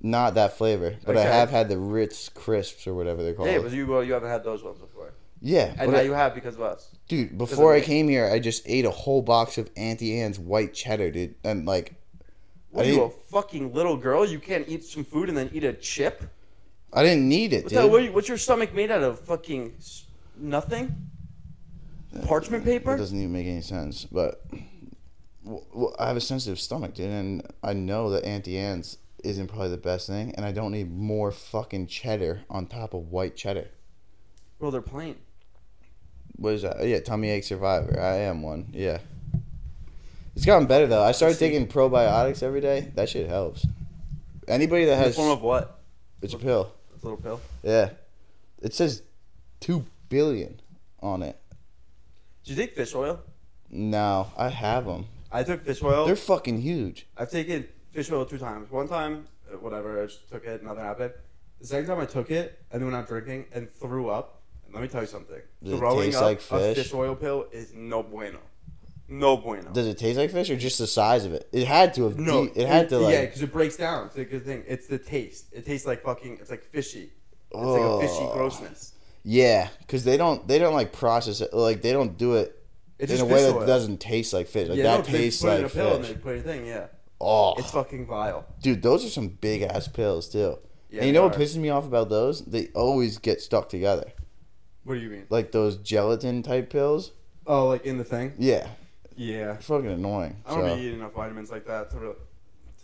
Not that flavor, but I
Okay.
have had the Ritz crisps or whatever they're called.
Yeah, but you well, you haven't had those ones before.
yeah,
And
but
now
I-
you have because of us.
dude, before I
make-
came here, I just ate a whole box of Auntie Anne's white cheddar, dude, and like,
What are
I
you a
didn't-
fucking little girl? You can't eat some food and then eat a chip?
I didn't need it,
What
dude.
the, what are you- what's your stomach made out of? Fucking s- nothing? Parchment
That
paper?
doesn't even make any sense, but w- w- I have a sensitive stomach, dude, and I know that Auntie Anne's isn't probably the best thing, and I don't need more fucking cheddar on top of white cheddar.
Bro, they're plain.
What is that? Oh, Yeah, tummy ache survivor. I am one. Yeah. It's gotten better though. I started taking probiotics every day. That shit helps. Anybody that
In the
has
form of what?
it's a pill.
This little pill.
Yeah. It says two billion on it.
Do you take fish oil?
No, I have them.
I took fish oil.
They're fucking huge.
I've taken fish oil two times. One time, uh, whatever, I just took it, nothing happened. The second time I took it and then went out drinking and threw up. And let me tell you something.
Does it
Throwing
taste
up
like
a
fish?
fish oil pill is no bueno. No bueno.
Does it taste like fish or just the size of it? It had to have.
no,
de- it had to like.
yeah, because it breaks down. It's a good thing. It's the taste. It tastes like fucking. It's like fishy. It's like a fishy
Ugh.
grossness.
Yeah, because they don't. They don't like process it. Like they don't do it
It's
in
just
a way
fish
that
oil.
doesn't taste like fish. Like
yeah,
that
no, they
tastes
put it in
like
a pill and
fish.
they put it in a thing. Yeah,
oh,
it's fucking vile.
Dude, those are some big ass pills too.
Yeah,
and you know
they
what
are.
pisses me off about those? They always get stuck together.
What do you mean?
Like those gelatin type pills.
Oh, like in the thing?
Yeah,
Yeah.
it's fucking annoying.
I don't
So,
be eating enough vitamins like that to really,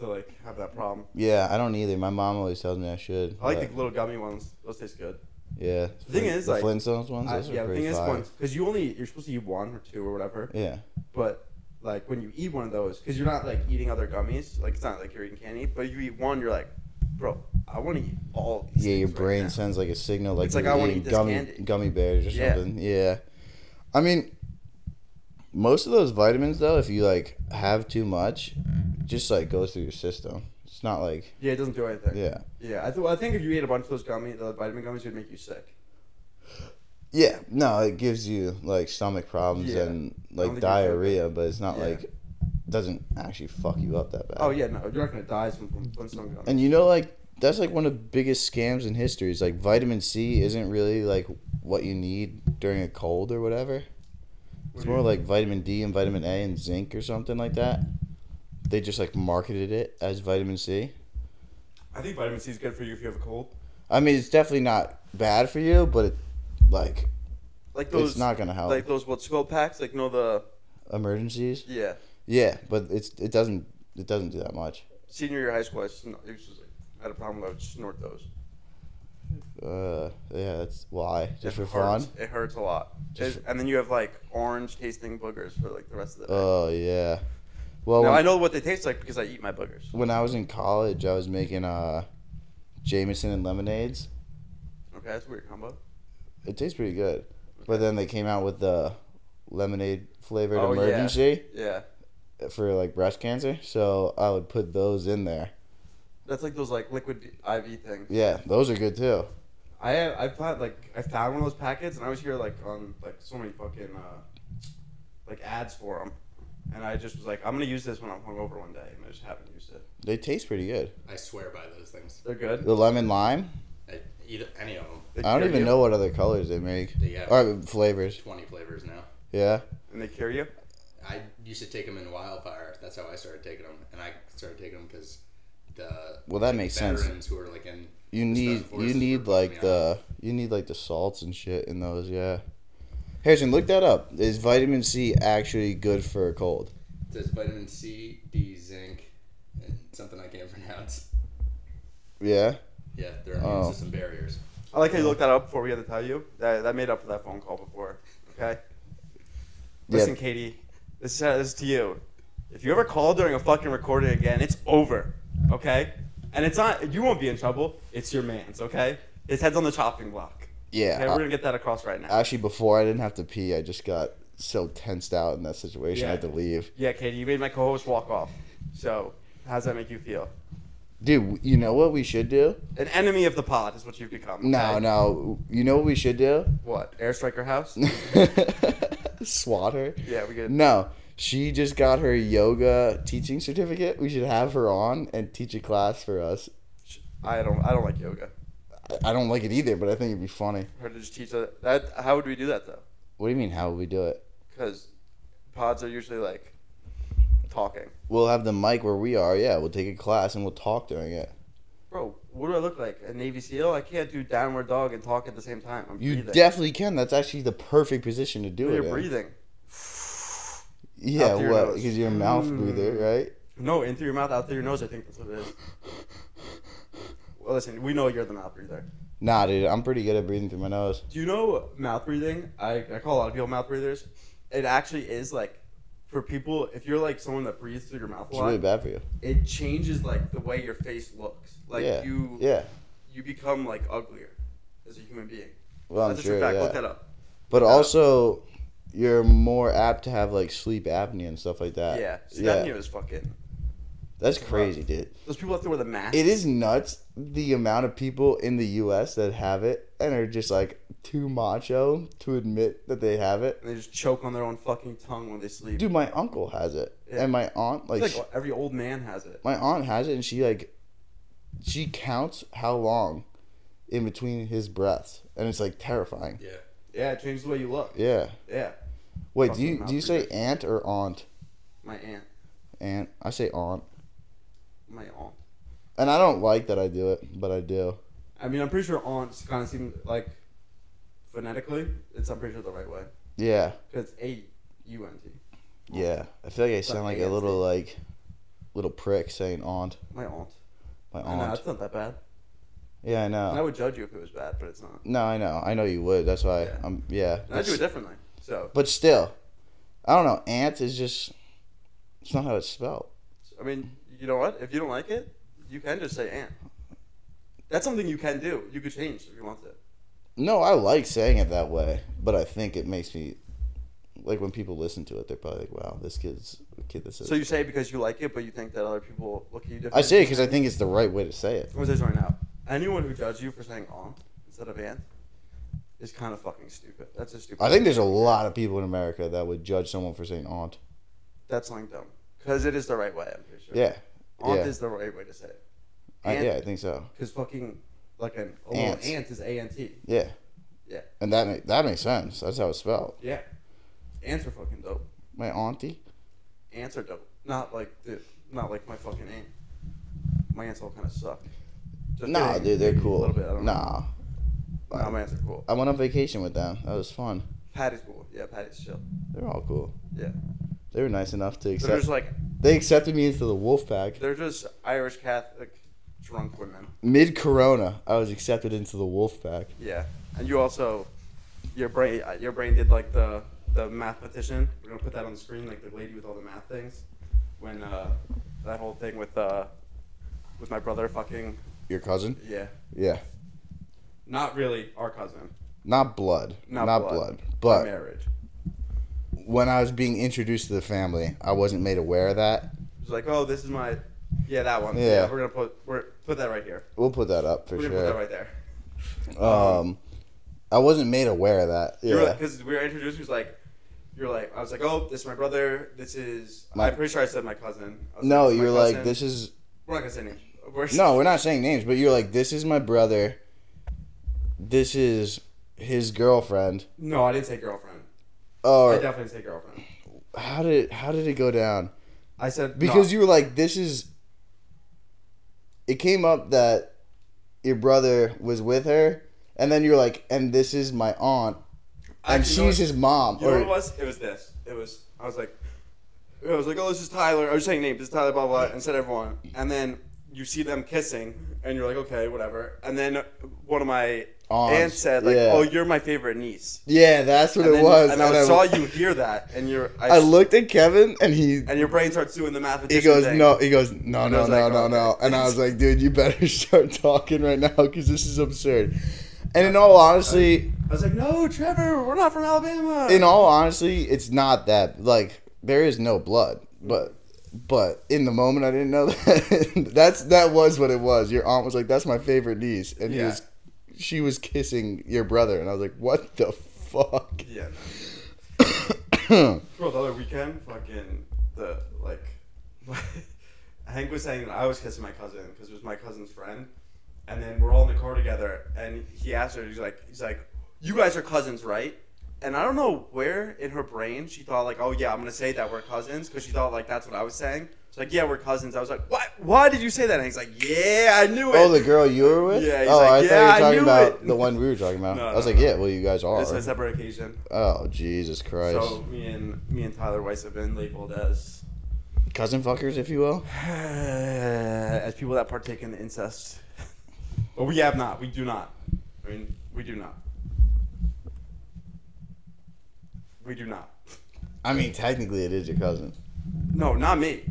to like have that problem.
yeah, I don't either. My mom always tells me I should.
I like
but,
the little gummy ones; those taste good.
yeah.
the thing is,
the
like,
Flintstones ones.
I,
Those
yeah,
are
the
pretty
thing is,
fire.
one because you only you're supposed to eat one or two or whatever,
Yeah,
but like when you eat one of those, because you're not like eating other gummies, like it's not like you're eating candy, but you eat one, you're like, bro, I want to eat all. These
yeah. Your
things right
brain
now."
sends like a signal, like
It's like,
you're
I wanna
eating
eat this
gummy
candy.
gummy bears or
Yeah.
something. Yeah. I mean, most of those vitamins though, if you like have too much, just like goes through your system. It's not like
Yeah, it doesn't do anything.
yeah,
Yeah, I, th- well, I think if you ate a bunch of those gummy, the vitamin gummies would make you sick.
yeah. No, it gives you like stomach problems
Yeah.
and
don't
like
think you're
diarrhea, but it's not
Yeah.
like doesn't actually fuck you up that bad.
Oh yeah, no, you're not gonna die from from Flintstone gummies.
And you know, like that's like one of the biggest scams in history. Is like vitamin C isn't really like what you need during a cold or whatever. It's more like vitamin D and vitamin A and zinc or something like that. They just like marketed it as vitamin C.
I think vitamin C is good for you if you have a cold.
I mean, it's definitely not bad for you, but it like
Like those,
it's not gonna help
like those what's it called packs, like no the
emergencies.
yeah
Yeah, but it's it doesn't it doesn't do that much.
senior year of high school. I, sn- it was just, like, I had a problem with I would snort those.
Uh, yeah, that's why just
It
for fun.
hurts. It hurts a lot.
Just
It- and then you have like orange tasting boogers for like the rest of the day.
Oh yeah. Well,
now
when-
I know what they taste like because I eat my boogers.
when I was in college, I was making uh, Jameson and lemonades.
Okay, that's a weird combo.
It tastes pretty good, but then they came out with the lemonade flavored
Oh, yeah.
emergency
Yeah,
for like breast cancer. So I would put those in there.
that's like those like liquid IV things.
Yeah, those are good too.
I have, I found like I found one of those packets and I was here like on like so many fucking uh, like ads for them, and I just was like I'm gonna use this when I'm hungover one day and I just haven't used it.
They taste pretty good.
I swear by those things.
They're good.
The lemon lime.
I eat any of them.
They
I don't
cure
even
you,
know what other colors they make.
They have
Or flavors.
20 flavors now.
Yeah.
And they cure you.
I used to take them in wildfire. That's how I started taking them, and I started taking them because the
Well, that makes sense.
veterans who are like in
You
the
need
special
you
forces
need
were
like
coming out.
the you need like the salts and shit in those. Yeah. Harrison, look that up. Is vitamin C actually good for a cold?
It says vitamin C, D, zinc, and something I can't *laughs* pronounce.
Yeah.
Yeah, there are
Oh.
immune system barriers.
I like how you looked that up before we had to tell you. That, that made up for that phone call before. Okay?
Yeah.
Listen, Katie, this is, this is to you. If you ever call during a fucking recording again, it's over. Okay? And it's not, you won't be in trouble. It's your man's, okay? His head's on the chopping block.
Yeah.
Okay,
I-
we're gonna get that across right now.
actually, before I didn't have to pee, I just got so tensed out in that situation. I had to
Yeah.
leave.
Yeah, Katie, you made my co host walk off. So, how's that make you feel?
Dude, you know what we should do?
An enemy of the pod is what you've become.
No,
okay?
no. You know what we should do? *laughs*
What? Airstrike her house?
Swat her.
yeah, we good.
No, she just got her yoga teaching certificate. We should have her on and teach a class for us.
I don't, I don't like yoga.
I- I don't like it either, but I think it'd be funny.
Her to just teach her that. How would we do that though?
What do you mean? How would we do it?
Because pods are usually like talking.
We'll have the mic where we are. Yeah, we'll take a class and we'll talk during it.
Bro, what do I look like? A Navy SEAL? I can't do downward dog and talk at the same time. I'm
You
breathing.
definitely can. That's actually the perfect position to do
No,
it.
You're
in.
breathing.
Yeah,
Out through your
what?
nose.
Because you're a mouth breather, right?
No, in through your mouth, out through your nose. I think that's what it is. Well, listen, we know you're the mouth breather.
Nah, dude, I'm pretty good at breathing through my nose.
Do you know mouth breathing? I, I call a lot of people mouth breathers. It actually is like, for people, if you're like someone that breathes through your mouth a
It's really
lot,
bad for you.
it changes like the way your face looks. Like
yeah.
you,
yeah.
you become like uglier as a human being.
Well, I'm
That's
sure.
a fact.
Yeah.
Look that up.
but also, you're more apt to have like sleep apnea and stuff like that.
yeah. So
yeah.
that knew it was fucking.
That's
rough.
crazy, dude.
Those people have to wear the mask.
It is nuts the amount of people in the U.S. that have it and are just like too macho to admit that they have it.
And they just choke on their own fucking tongue when they sleep.
Dude, my uncle has it,
Yeah.
and my aunt
It's
like,
like every old man has it.
my aunt has it, and she like she counts how long in between his breaths, and it's like terrifying.
Yeah,
Yeah, it changes the way you look.
Yeah.
Yeah.
Wait, do
Fucking
you do you
mouth
say aunt or aunt?
My aunt.
Aunt. I say aunt,
My aunt.
and I don't like that I do it, but I do.
I mean, I'm pretty sure aunts kind of seem like phonetically, it's I'm pretty sure the right way.
Yeah.
'Cause it's A U N T.
Yeah. I feel like I sound like a little like little prick saying aunt.
My aunt.
My
I know,
aunt. Oh.
it's not that bad.
Yeah, I know.
And I would judge you if it was bad, but it's not.
No, I know. I know you would. That's why
Yeah.
I'm. Yeah.
And I do
that's-
it differently. So,
but still, I don't know. Ant is just. It's not how it's spelled.
I mean, you know what? If you don't like it, you can just say aunt. That's something you can do. You could change if you want to.
No, I like saying it that way, but I think it makes me like when people listen to it, they're probably like, "Wow, this kid's a kid that says."
So you say it because you like it, but you think that other people look at you differently.
I say it because I think it's the right way to say it.
What is this right now? Anyone who judges you for saying "on" instead of "and" is kind of fucking stupid. That's a stupid.
I think there's a lot of people in America that would judge someone for saying "aunt."
that's something dumb because it is the right way. I'm pretty sure.
Yeah,
aunt
yeah.
is the right way to say it.
I,
Ant-
yeah, I think so.
Because fucking like an a little
Ants.
ant is A N T.
Yeah,
Yeah.
and that ma- that makes sense. That's how it's spelled.
Yeah. Ants are fucking dope.
My auntie.
Ants are dope. Not like the, not like my fucking aunt. My ants all kind of suck. Just
Nah,
kidding.
dude, they're
Maybe
cool.
A little bit. I don't
nah,
know. Nah, my ants are cool.
I went on vacation with them. That was fun.
Patty's cool. Yeah, Patty's chill.
They're all cool.
Yeah.
They were nice enough to
They're
accept.
just like
they accepted me into the wolf pack
they're just Irish Catholic drunk women.
mid Corona. I was accepted into the wolf pack.
Yeah, and you also your brain uh, your brain did like the the mathematician. We're gonna put that on the screen, like the lady with all the math things. When uh, that whole thing with uh, with my brother fucking
Your cousin?
yeah,
Yeah.
not really our cousin,
Not blood.
Not
Not,
blood.
blood.
our
But
marriage.
when I was being introduced to the family, I wasn't made aware of that.
It's like oh, this is my yeah that one. Yeah,
Yeah.
we're gonna put we're put that right here.
We'll put that up for
we're gonna put that
sure.
right there.
Um, I wasn't made aware of that.
You
Yeah.
because we were introduced. He was like. You're like I was like, oh, this is my brother. This is
My-
I'm pretty sure I said my cousin. I was
No,
this is my
you're like
cousin."
this is
We're not gonna say names. We're-
no. We're not saying names, but you're like this is my brother. This is his girlfriend.
No, I didn't say girlfriend. I
Or
definitely didn't say girlfriend.
how did how did it go down?
I said
Because you were like, this is. It came up that your brother was with her, and then you're like, and this is my aunt, and she's his mom.
You know
or-
what it was? It was this. It was. I was like, I was like, oh, this is Tyler. I was saying names. This is Tyler. Blah blah. blah, And said everyone. And then you see them kissing, and you're like, okay, whatever. And then one of my
Aunts,
aunts said, like,
yeah.
oh, you're my favorite niece.
yeah, that's what
And
it
then-
was.
And, I saw you hear that, and you're. I,
I looked at Kevin, and he
And your brain starts doing the math.
he goes no. He goes no
I
no
was
no
like, "Oh,
no no.
okay.
And I was like, dude, you better *laughs* start talking right now because this is absurd. And in all honesty,
I was like, no, Trevor, we're not from Alabama.
in all honesty, it's not that like there is no blood, but but in the moment I didn't know *laughs* that. That's that was what it was. Your aunt was like, "That's my favorite niece," and he
Yeah.
was, she was kissing your brother, and I was like, "What the fuck?"
Yeah. Bro, the other weekend, fucking the like, *laughs* Hank was saying that I was kissing my cousin because it was my cousin's friend, and then we're all in the car together, and he asked her, he's like, he's like, you guys are cousins, right? And I don't know where in her brain she thought like, oh yeah, I'm gonna say that we're cousins because she thought like that's what I was saying. She's like, yeah, we're cousins. I was like, what? Why did you say that? And he's like, yeah, I knew it.
*coughs* Oh, the girl you were with?
Yeah, he's
Oh,
like,
I
"Yeah, I
thought you
knew
were talking about
it."
the one we were talking
*laughs*
about.
No,
I was
no,
like,
no.
"Yeah, well, you guys are."
It's a separate occasion.
oh, Jesus Christ!
So me and me and Tyler Weiss have been labeled as *sighs*
Cousin fuckers, if you will.
as people that partake in the incest. *laughs* But we have not. We do not. I mean, we do not. We do not.
I mean, technically, it is your cousin.
No, not me.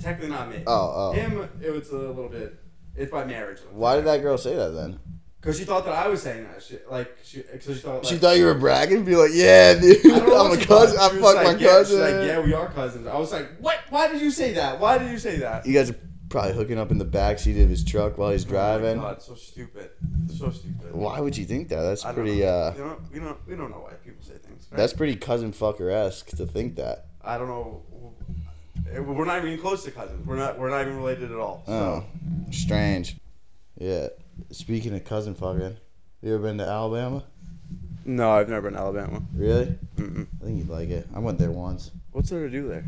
Technically, not me.
Oh, oh.
Him, it was a little bit. It's by marriage.
Why did that girl say that then?
Because she thought that I was saying that. She, like, she, cause she thought. Like,
She thought you were bragging, be like, "Yeah, dude,
I don't know
I'm
what
a
she
cousin. I
thought. She
fucked
was
my
like, yeah.
cousin."
She's like, yeah, we are cousins. I was like, what? Why did you say that? Why did you say that?
You guys are probably hooking up in the backseat of his truck while he's
Oh
driving.
my God, so stupid. So stupid.
Why would you think that? That's
I don't
pretty.
know.
uh
we don't, we don't we don't know why people say things. Right?
That's pretty cousin fucker esque to think that.
I don't know. Eh, We're not even close to cousins. We're not we're not even related at all.
Oh, strange. Yeah. Speaking of cousin fucking, you ever been to Alabama?
No, I've never been to Alabama.
Really?
Mm-mm.
I think you'd like it. I went there once.
What's there to do there?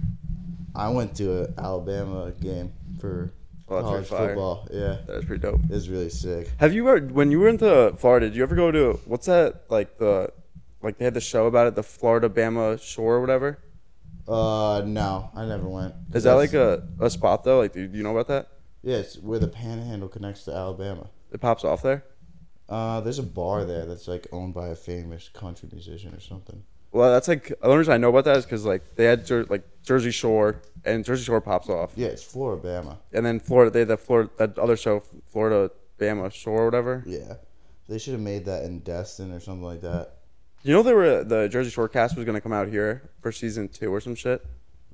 I went to an Alabama game for
Oh, that's pretty
college
fire.
football. Yeah,
That's pretty dope.
it was really sick.
Have you ever when you were into Florida? Did you ever go to what's that like the like they had the show about it, the Florida Bama Shore or whatever?
Uh, no, I never went.
Is that
That's-
like a, a spot though? Like, do do you know about that?
Yeah, it's where the Panhandle connects to Alabama.
It pops off there.
Uh, there's a bar there that's like owned by a famous country musician or something.
Well, that's like the only reason I know about that is because like they had Jer- like Jersey Shore and Jersey Shore pops off.
Yeah, it's Floribama.
and then Florida, they had that Florida, that other show, Florida Bama Shore or whatever.
Yeah, they should have made that in Destin or something like that.
You know there were the Jersey Shore cast was gonna come out here for season two or some shit.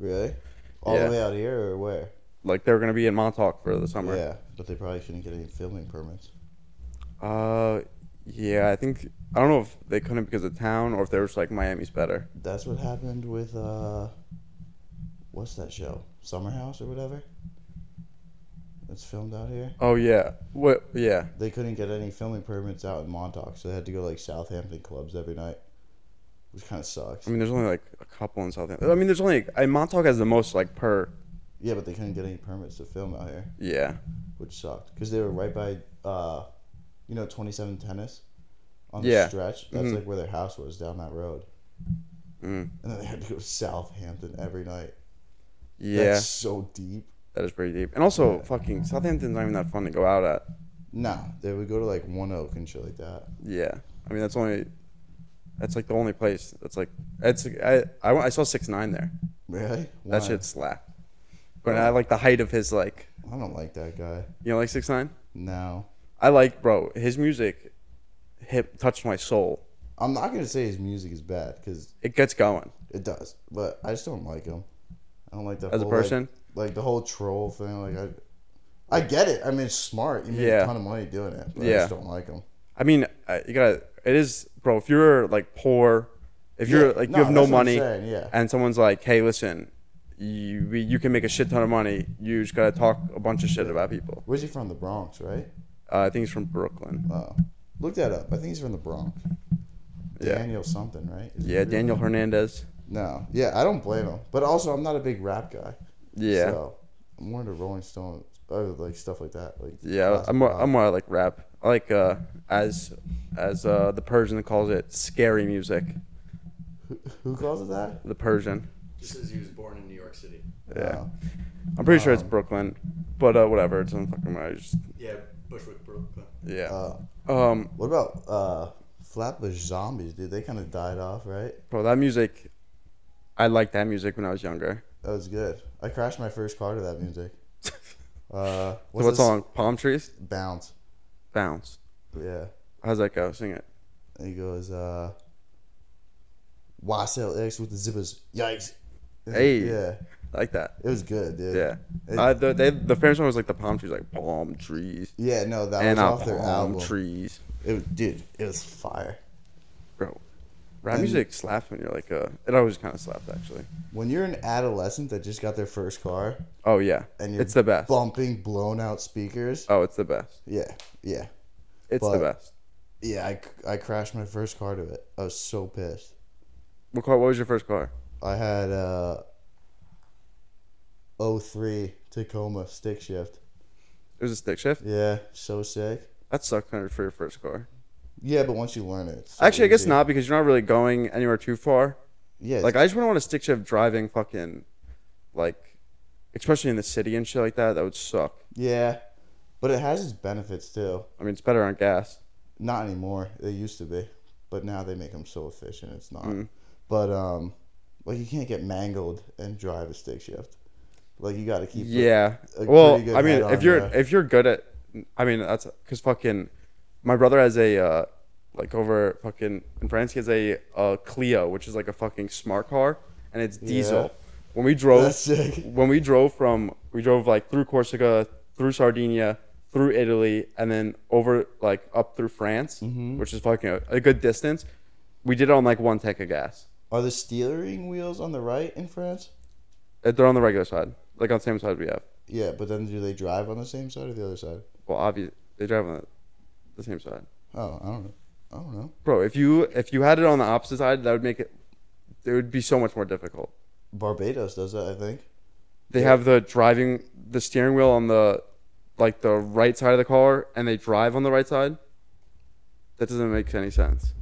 Really? All
Yeah.
the way out here or where?
Like they were gonna be in Montauk for the summer.
Yeah, but they probably couldn't get any filming permits.
Uh, yeah, I think I don't know if they couldn't because of town or if they were just like Miami's better.
That's what happened with uh, what's that show? Summer House or whatever. That's filmed out here.
Oh yeah, what? Yeah,
They couldn't get any filming permits out in Montauk, so they had to go to, like Southampton clubs every night, which kind of sucks.
I mean, there's only like a couple in Southampton. I mean, there's only I, Montauk has the most like per.
Yeah, but they couldn't get any permits to film out here,
Yeah,
which sucked because they were right by uh, you know, twenty seven tennis. On the
Yeah.
stretch, that's
Mhm.
like where their house was down that road,
mm,
and then they had to go to Southampton every night.
yeah,
That's so deep.
that is pretty deep. And also, fucking Southampton's not even that fun to go out at.
Nah, they would go to like One Oak and shit like that.
Yeah, I mean that's only. That's like the only place that's like it's I I, I saw six nine there.
Really? Why?
That shit slapped. But I like the height of his like
I don't like that guy.
you know like six nine.
No,
I like bro his music, hip touched my soul.
I'm not gonna say his music is bad because
It gets going
it does, but I just don't like him. I don't like that
as a
whole, like-
person.
Like, the whole troll thing. Like I, I get it. I mean, it's smart. You make
Yeah.
a ton of money doing it. But I
Yeah.
just don't like him.
I mean I- you gotta it is bro if you're like poor, if you're
Yeah,
like
nah,
you have no
that's what I'm
money
saying, yeah.
and someone's like hey listen, you we- you can make a shit ton of money. You just gotta talk a bunch of shit about people.
Where's he from? The Bronx, right?
Uh, I think he's from Brooklyn.
Oh, look that up. I think he's from the Bronx.
Yeah.
Daniel something, right? Is it
Yeah,
really?
Daniel Hernandez.
No, yeah, I don't blame him, but also I'm not a big rap guy.
Yeah.
So I'm more into Rolling Stones, or like stuff like that. Like
Yeah,
classic
I'm more,
rock.
I'm more like rap. I like uh, as as uh, the Persian calls it, scary music.
Who, who calls it that?
The Persian.
Just says he was born in New York City.
Yeah,
Oh.
I'm pretty sure it's
Um,
Brooklyn, but uh, whatever. It doesn't fucking matter. Just,
Yeah, Bushwick, Brooklyn.
yeah.
Uh,
Um,
what about uh, Flatbush Zombies, dude? They kind of died off, right?
bro, that music. I liked that music when I was younger.
That was good. I crashed my first car to that music. Uh,
So what
this?
song? Palm trees,
Bounce.
bounce.
Yeah.
How's that go? Sing it.
And he goes, uh, YSLX with the zippers. Yikes.
Hey.
Yeah.
I like that.
It was good, dude.
Yeah.
It-
Uh, the they, the famous one was like the palm trees, like palm trees,
Yeah, no, that
and
was
our
off their
palm
album.
trees,
It was, dude, it was fire.
bro. Rap
And-
music slaps when you're like uh, it always kind of slapped actually.
When you're an adolescent that just got their first car
Oh yeah,
and you're
it's the best.
bumping blown out speakers.
Oh, it's the best.
Yeah, yeah,
It's
But-
the best.
yeah. I, I crashed my first car to it. I was so pissed.
What car? What was your first car?
I had uh, 03 Tacoma stick shift.
It was a stick shift.
Yeah, so sick.
That sucked kind of for your first car.
Yeah, but once you learn it, it's so
Actually, I guess
easy.
not because you're not really going anywhere too far.
Yeah,
Like I just wouldn't want a stick shift driving fucking, like, especially in the city and shit like that. That would suck.
yeah, but it has its benefits too.
I mean, it's better on gas.
Not anymore. They used to be, but now they make them so efficient. It's not.
Mm.
But um, like you can't get mangled and drive a stick shift. Like you got to keep.
yeah.
a
well,
pretty good
I mean,
head
if
on
you're
there.
if you're good at, I mean, that's because fucking, my brother has a uh, like over fucking in France he has a uh, Clio, which is like a fucking smart car, and it's diesel.
Yeah.
When we drove,
That's sick. *laughs*
when we drove from we drove like through Corsica, through Sardinia, through Italy, and then over like up through France,
Mm-hmm.
which is fucking a, a good distance. We did it on like one tank of gas.
Are the steering wheels on the right in France?
Uh, They're on the regular side, like on the same side we have.
Yeah, but then do they drive on the same side or the other side?
Well, obviously they drive on the, the same side,
Oh, I don't know. I don't know.
bro. If you if you had it on the opposite side, that would make it. It would be so much more difficult.
Barbados does that, I think.
They have the driving the steering wheel on the like the right side of the car, and they drive on the right side. That doesn't make any sense.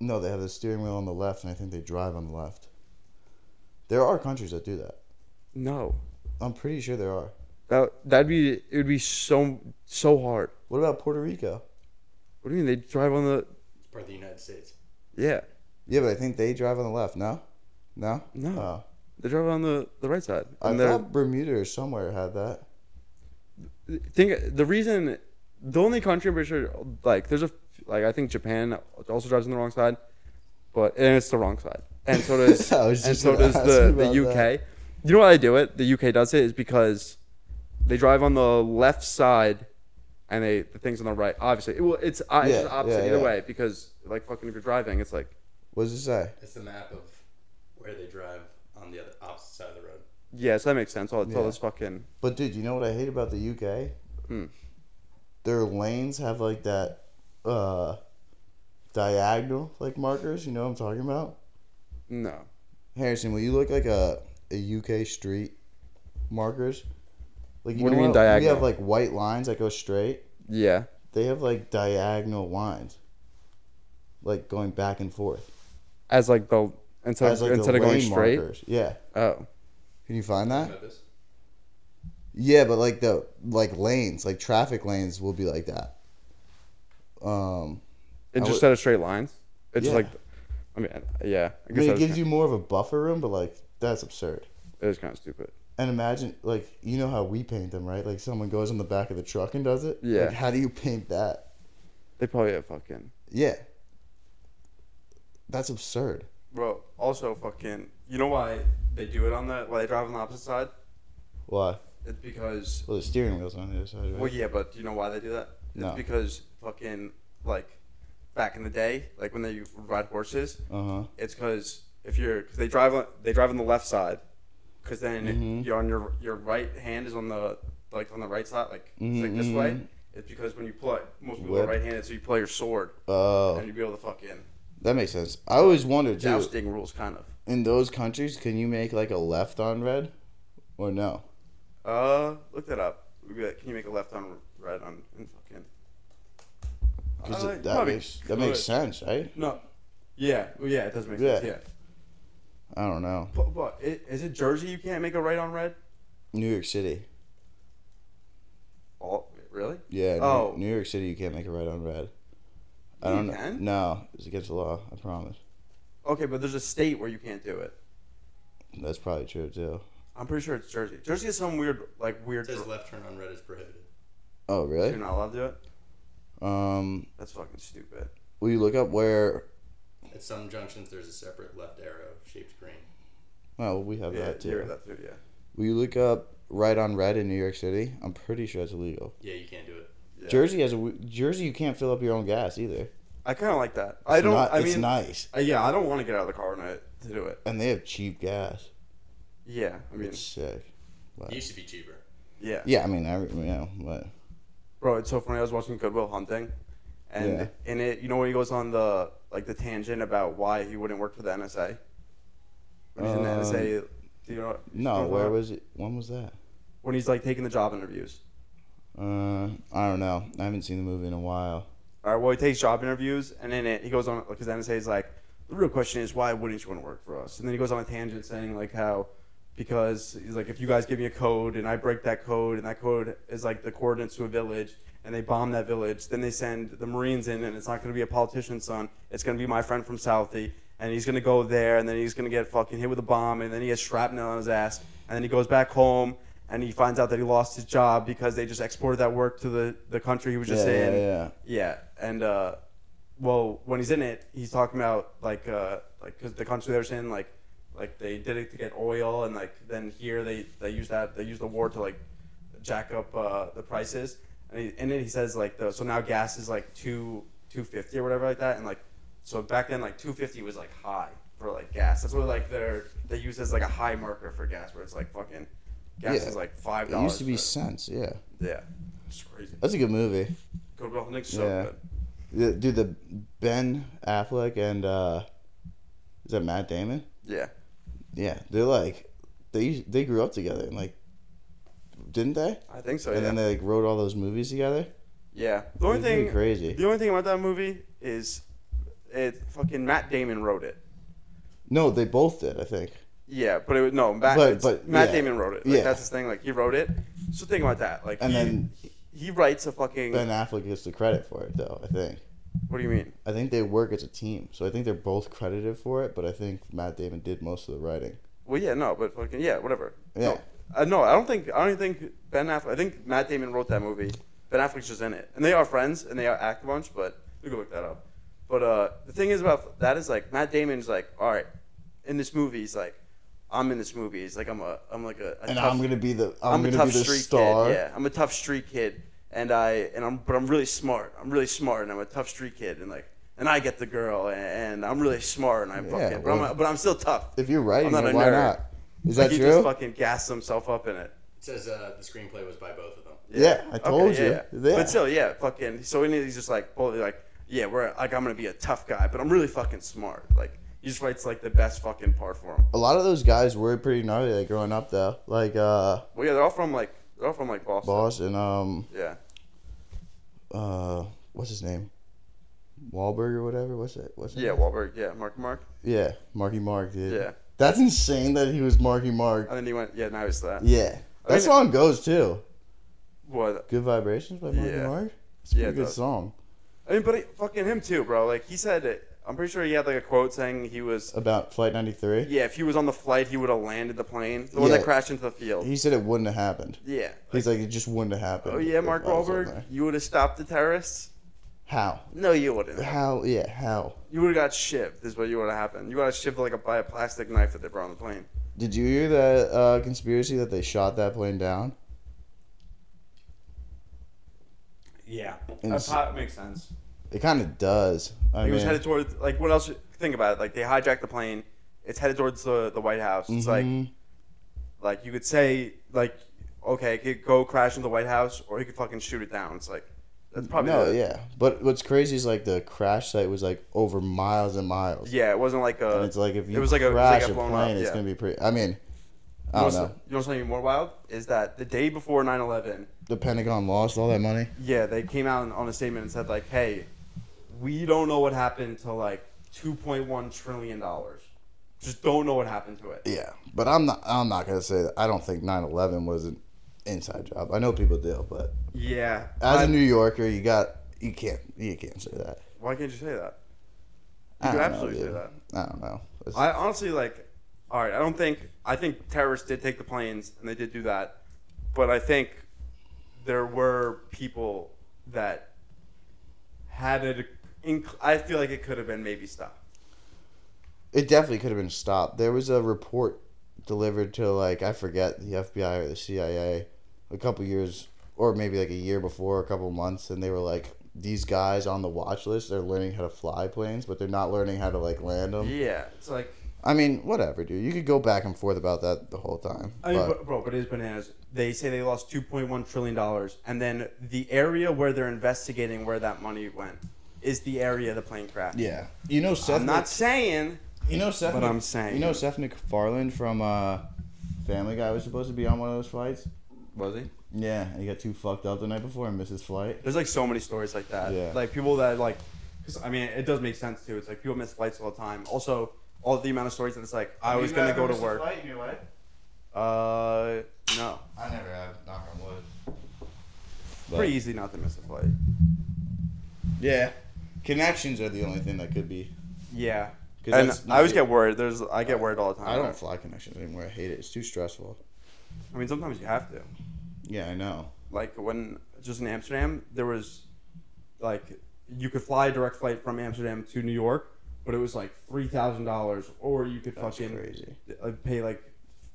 No, they have the steering wheel on the left, and I think they drive on the left. There are countries that do that.
No,
I'm pretty sure there are.
That that'd be it would be so so hard.
What about Puerto Rico?
What do you mean they drive on the
It's part of the United States.
yeah
Yeah, but I think they drive on the left. No, no,
No.
Oh.
they drive on the the right side
I
and they're
thought Bermuda or somewhere had that.
think the reason the only country I'm pretty sure like there's a like I think Japan also drives on the wrong side, but and it's the wrong side. And so does
*laughs* I was
and
just
so
gonna
does
ask
the, the
about
UK.
that.
You know why they do it? The UK does it is because they drive on the left side and they the things on the right. Obviously, it, well, it's, uh,
Yeah,
it's the opposite
yeah,
either
yeah.
way because like fucking if you're driving, it's like
What does it say?
It's the map of where they drive on the other opposite side of the road.
yeah, so that makes sense. All, it's all
Yeah.
this fucking
But dude, you know what I hate about the UK?
Hmm.
Their lanes have like that uh diagonal like markers, you know what I'm talking about?
no.
Harrison, will you look like a a UK street markers?
What
Like
do you
know
mean
how We
diagonal?
have like white lines that go straight.
Yeah,
They have like diagonal lines. Like going back and forth.
as like the instead
As, like, the
instead of going
lane
straight.
markers. Yeah.
Oh,
Can you find
You
that?
know this?
Yeah, but like the like lanes, like traffic lanes will be like that. Um
it's
I
just
would-
instead of straight lines. It's
Yeah.
just like, I mean, yeah. I
I
guess
mean,
that
it
was
gives
ki-
you more of a buffer room, but like that's absurd.
it was kind of stupid.
And imagine like you know how we paint them, right? Like someone goes on the back of the truck and does it.
Yeah.
Like, how do you paint that?
They probably have fucking
Yeah. That's absurd.
Bro, also fucking, you know why they do it on the why they drive on the opposite side?
Why?
It's because
Well, the steering wheel's on the other side, right?
well, yeah, but you know why they do that? It's
No.
because fucking like back in the day, like when they ride horses,
Uh huh.
it's because if you're cause they drive on they drive on the left side, because then
Mhm.
you're on your your right hand is on the like on the right side, like it's like this
Mhm,
way.
mhm.
It's because when you pull it, most people are
Whip.
right-handed, so you pull your sword
Oh,
and you be able to fucking
that makes sense. I always wondered too.
jousting rules, kind of.
In those countries, can you make like a left on red, or no?
Uh, look that up. We be like, Can you make a left on right on and fucking?
Because
Uh, you
that
probably
makes that makes
could.
sense, right?
No. Yeah. Well, yeah. It does make sense.
Yeah.
Yeah.
I don't know.
But, but i- is it Jersey? You can't make a right on red.
New York City.
Oh, really?
Yeah. New,
Oh.
New York City, you can't make a red on red. I
You
don't know.
can?
No, it's against the law. I promise.
Okay, but there's a state where you can't do it.
That's probably true too.
I'm pretty sure it's Jersey. Jersey is some weird, like
It
weird.
says left turn on red is prohibited.
Oh
You're
really?
not allowed to do it.
Um,
That's fucking stupid.
will you look up where?
At some junctions, there's a separate left arrow shaped green.
Oh, we have
yeah,
that too.
you're that too. Yeah.
Will you look up right on red in New York City? I'm pretty sure it's illegal.
Yeah, you can't do it.
Yeah.
Jersey has a w- Jersey. You can't fill up your own gas either.
I kind of like that. I
It's
don't.
Not,
I
it's
mean,
nice,
uh, yeah, I don't want to get out of the car when I, to do it.
and they have cheap gas.
Yeah. I mean,
It's sick.
It used to be cheaper.
yeah.
Yeah, I mean, I you know, but
Bro, it's so funny. I was watching Goodwill Hunting, and
Yeah.
in it, you know, when he goes on the like the tangent about why he wouldn't work for the NSA. When he's in the
Um,
NSA, do you know? what- you know
no.
what
Where
I'm-
was it? When was that?
when he's like taking the job interviews?
Uh, I don't know. I haven't seen the movie in a while.
All right, well, he takes job interviews, and in it, he goes on because NSA is like, the real question is why wouldn't you want to work for us? And then he goes on a tangent saying like how because he's like if you guys give me a code and I break that code and that code is like the coordinates to a village and they bomb that village, then they send the Marines in and it's not going to be a politician's son, it's going to be my friend from Southie and he's going to go there and then he's going to get fucking hit with a bomb and then he has shrapnel on his ass and then he goes back home. And he finds out that he lost his job because they just exported that work to the, the country he was just
yeah,
in.
yeah, yeah.
Yeah, and uh, well, when he's in it, he's talking about like uh, like because the country they're in, like like they did it to get oil, and like then here they they use that they use the war to like jack up uh, the prices. And he, in it, he says like the so now gas is like two two fifty or whatever like that, and like so back then like two fifty was like high for like gas. That's what like they're they use as like a high marker for gas, where it's like fucking gas
Yeah.
is like five
It
dollars.
used to be cents. Yeah,
yeah, it's crazy.
that's a good movie.
Goodwill Hunting's so
Yeah.
good.
The- Dude, the Ben Affleck and uh, is that Matt Damon?
Yeah.
Yeah, they're like they they grew up together and like didn't they?
I think so.
and
Oh, yeah.
then they like wrote all those movies together.
yeah. The only
It's pretty
thing,
crazy.
the only thing about that movie is, it fucking Matt Damon wrote it.
No, they both did. I think.
Yeah, but it was no Matt.
But-
it's-
but,
Matt
yeah.
Damon wrote it. Like,
Yeah.
that's his thing. Like he wrote it. So think about that. Like
And
he,
then-
he writes a fucking.
Ben Affleck gets the credit for it though. I think.
what do you mean?
I think they work as a team, so I think they're both credited for it. But I think Matt Damon did most of the writing.
Well, yeah, no, but fucking yeah, whatever.
Yeah.
No, uh, no I don't think I don't think Ben Affleck. I think Matt Damon wrote that movie. Ben Affleck's just in it, and they are friends, and they are act a bunch. But we can look that up. But uh, the thing is about that is like Matt Damon's like, all right, in this movie, he's like, I'm in this movie. He's like, I'm a, I'm like a, a
and
tough-
I'm gonna be the I'm,
I'm, a
gonna
tough
be the
street
star.
kid. Yeah, I'm a tough street kid, and I and I'm but I'm really smart. I'm really smart, and I'm a tough street kid, and like and I get the girl, and, and I'm really smart, and I fucking
Yeah,
but I'm
well-
a- but I'm still tough.
If you're writing
not
it,
a
why
nerd.
not? Is
Like, *laughs*
that
he just
true?
fucking gassed himself up in it.
It says uh, the screenplay was by both of them.
Yeah, I told
yeah,
you.
yeah.
Yeah.
But still, yeah, fucking. So and he's just like, boldly like, yeah, we're like, I'm gonna be a tough guy, but I'm really fucking smart. Like, he just writes like the best fucking part for him.
a lot of those guys were pretty gnarly like, growing up though. Like uh
Well, yeah, they're all from like, they're all from like Boston.
Boss and um
Yeah,
uh what's his name? Wahlberg or whatever. What's it? What's his
yeah,
name?
Wahlberg, yeah, Mark, Mark,
Yeah, Marky Mark, dude.
yeah.
That's insane that he was Marky Mark.
And then he went, yeah, now he's that.
Yeah.
I
That
mean-
song goes too.
What?
Good Vibrations by Marky
Yeah.
Mark. It's a pretty
Yeah, it
good
does.
song.
I mean, but he, fucking him too, bro. Like he said, it- I'm pretty sure he had like a quote saying he was,
About Flight 93.
yeah, if he was on the flight, he would have landed the plane, the one
Yeah.
that crashed into the field.
He said it wouldn't have happened.
yeah.
He's like, it just wouldn't have happened.
oh yeah,
if
Mark
I was on there."
Wahlberg, you would have stopped the terrorists.
How?
No, you wouldn't.
How? Yeah, how?
You would have got shipped. Is what you would have happened. You got shipped like a, by a plastic knife that they brought on the plane.
Did you hear that uh, conspiracy that they shot that plane down?
Yeah,
And
that
it's-
pot makes sense.
It kind of does. I
He was
mean,
headed towards like what else? Think about it. Like they hijacked the plane. It's headed towards the, the White House. It's like
mhm.
like you could say like okay, it could go crash into the White House, or he could fucking shoot it down. It's like that's probably
no,
the-
yeah. But what's crazy is like the crash site was like over miles and miles.
yeah. It wasn't like
And
a.
it's like if you
it was like a- it was like
crash
a
a,
blown up,
plane, it's
yeah.
gonna be pretty. I
you,
mean, I
know,
don't
what's-
know.
you know something more wild is that the day before 9-11,
The Pentagon lost all that money.
yeah, they came out on a statement and said like, "Hey, we don't know what happened to like two point one trillion dollars. Just don't know what happened to it."
Yeah, but I'm not. I'm not gonna say that. I don't think 9/11 was an inside job. I know people do, but
Yeah.
as
I-
a New Yorker, you got you can't you can't say that.
why can't you say that? You
I
could
don't
absolutely
know,
say
dude.
that.
I don't know. It's-
I honestly like. All right, I don't think I think terrorists did take the planes and they did do that, but I think there were people that had it. Inc- I feel like it could have been maybe stopped.
It definitely could have been stopped. There was a report delivered to like I forget the FBI or the CIA a couple years or maybe like a year before, a couple months, and they were like these guys on the watch list they're learning how to fly planes, but they're not learning how to like land them.
Yeah, it's like
I mean, whatever, dude. You could go back and forth about that the whole time.
I mean,
but-
but, bro, but it is bananas. They say they lost two point one trillion dollars, and then the area where they're investigating where that money went is the area the plane crashed.
yeah, you know Seth.
I'm not saying.
you know Seth.
but I'm saying-
You know Seth MacFarlane from uh, Family Guy was supposed to be on one of those flights.
Was he?
Yeah, and he got too fucked up the night before and missed his flight.
There's like so many stories like that.
Yeah.
Like people that like, because I mean, it does make sense too. It's like people miss flights all the time. Also, all the amount of stories that it's like I was gonna go to work. Uh, no,
I never have. Knock on wood.
pretty easy not to miss a flight.
Yeah, connections are the only thing that could be.
Yeah.
'Cause
And
that's
I always
not-
get worried. There's I get worried all the time.
I don't fly connections anymore. I hate it. It's too stressful.
I mean, sometimes you have to.
Yeah, I know.
like when just in Amsterdam, there was like you could fly a direct flight from Amsterdam to New York, but it was like three thousand dollars, or you could
That's
fucking
crazy.
uh, pay like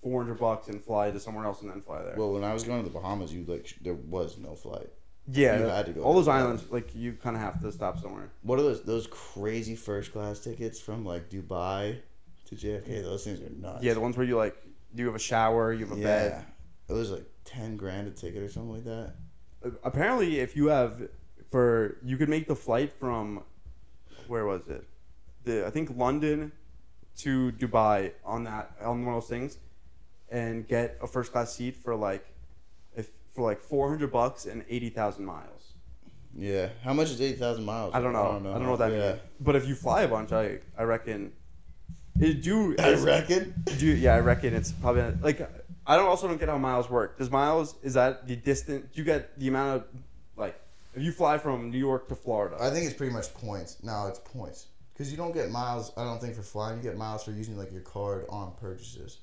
four hundred bucks and fly to somewhere else and then fly there.
Well, when I was going to the Bahamas, you like sh- there was no flight.
yeah,
you had to go
all those
to-
islands, like you kind of have to stop somewhere.
What are those those crazy first class tickets from like Dubai to JFK? Those things are nuts.
Mm. Yeah, the ones where you like you have a shower, you have a
yeah.
bed.
It was like ten grand a ticket or something like that.
Apparently, if you have for you could make the flight from where was it? The I think London to Dubai on that on one of those things, and get a first class seat for like if for like four hundred bucks and eighty thousand miles.
Yeah. How much is eight thousand miles?
I don't know. I don't know, what that
Yeah.
means. But if you fly a bunch, I I reckon. It do
*laughs* I reckon.
do yeah I reckon it's probably like I don't also don't get how miles work. Does miles is that the distance you get the amount of like if you fly from New York to Florida?
I think it's pretty much points. No, it's points because you don't get miles. I don't think for flying. You get miles for using like your card on purchases.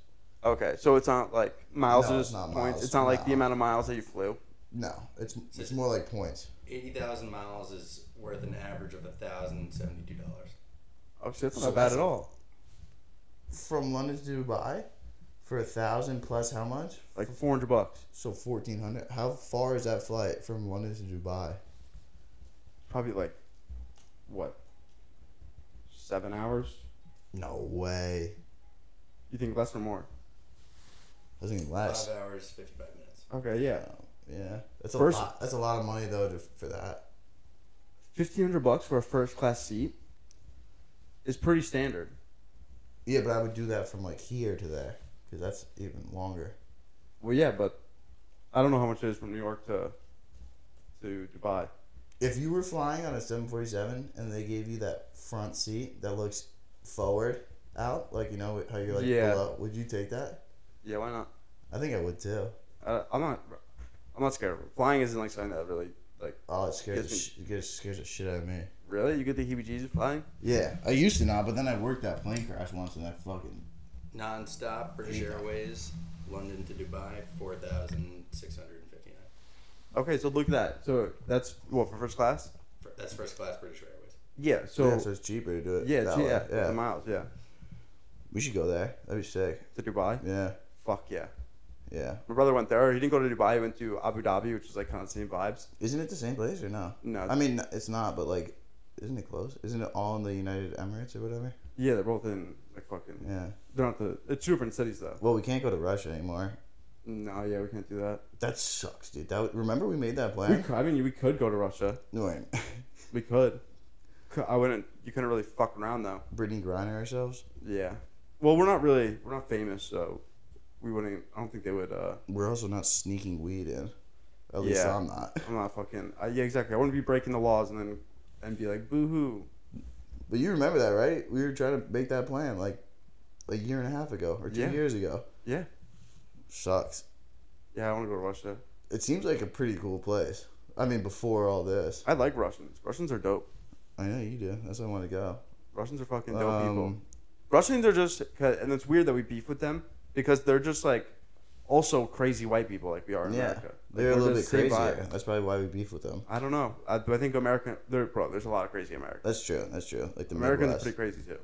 Okay, so it's not like miles
No,
is
it's not
points.
miles.
It's not like the
No.
amount of miles that you flew.
No, it's it's more like points.
Eighty thousand miles is worth an average of thousand seventy-two dollars.
Oh, shit, that's
So
not bad
that's-
at all.
From London to Dubai, for a thousand plus how much?
Like 400 bucks.
So fourteen hundred. How far is that flight from London to Dubai?
Probably like, what? Seven hours?
No way.
You think less or more?
I was thinking
Five
less.
hours, fifty-five minutes.
Okay, yeah.
Oh, yeah, that's a
First-
lot. That's a lot of money though to, for that.
1500 bucks for a first class seat is pretty standard.
Yeah, but I would do that from like here to there because that's even longer.
Well, yeah, but I don't know how much it is from New York to to Dubai.
If you were flying on a 747 and they gave you that front seat that looks forward out, like you know how you're like
Yeah.
below, would you take that?
Yeah, why not?
I think I would too.
Uh, I'm not. I'm not scared. of it. Flying isn't like something that really like
Oh, it scares
Gives
the
me-
sh- it gets- scares the shit out of me.
really. You get the heebie-jeebies flying.
Yeah, I used to not, but then I worked that plane crash once and I fucking
Non-stop British
Yeah.
Airways, London to Dubai, four thousand six hundred and fifty-nine.
Okay, so look at that. So that's what for first class.
That's first class British Airways.
Yeah. So yeah,
yeah, so it's cheaper to do it.
yeah,
that
gee,
way.
yeah,
yeah.
The miles. Yeah,
we should go there. That'd be sick.
to Dubai.
Yeah,
Fuck yeah.
yeah.
My brother went there. He didn't go to Dubai. He went to Abu Dhabi, which is like kind of the same vibes.
Isn't it the same place or no?
No.
I mean, it's not, but like, isn't it close? Isn't it all in the United Emirates or whatever?
Yeah, they're both in like fucking.
Yeah.
They're not the. It's two different cities though.
Well, we can't go to Russia anymore.
No, yeah, we can't do that.
That sucks, dude. That w- remember we made that
We *laughs*
plan.
could, I mean, we could go to Russia.
No, wait. *laughs*
We could. Cou- I wouldn't. You couldn't really fuck around though.
Brittany Griner ourselves.
Yeah. Well, we're not really. We're not famous, so we wouldn't. e, I don't think they would. uh
We're also not sneaking weed in. At least
Yeah.
I'm not.
I'm not fucking. I, yeah, exactly. I wouldn't be breaking the laws and then and be like, boo hoo.
But you remember that, right? We were trying to make that plan like a year and a half ago or two
Yeah.
years ago.
Yeah.
Sucks.
Yeah, I want to go to Russia.
It seems like a pretty cool place. I mean, before all this,
I like Russians. Russians are dope.
I know you do. That's why I want to go.
Russians are fucking dope people.
Um,
Russians are just. And it's weird that we beef with them because they're just like also crazy white people like we are in
yeah,
America. Like,
they're
we're
a little bit
just the same
crazier.
vibe.
That's probably why we beef with them.
I don't know. I, but I think American. There, bro, there's a lot of crazy Americans.
That's true. That's true. Like the
Americans
Midwest.
are pretty crazy too.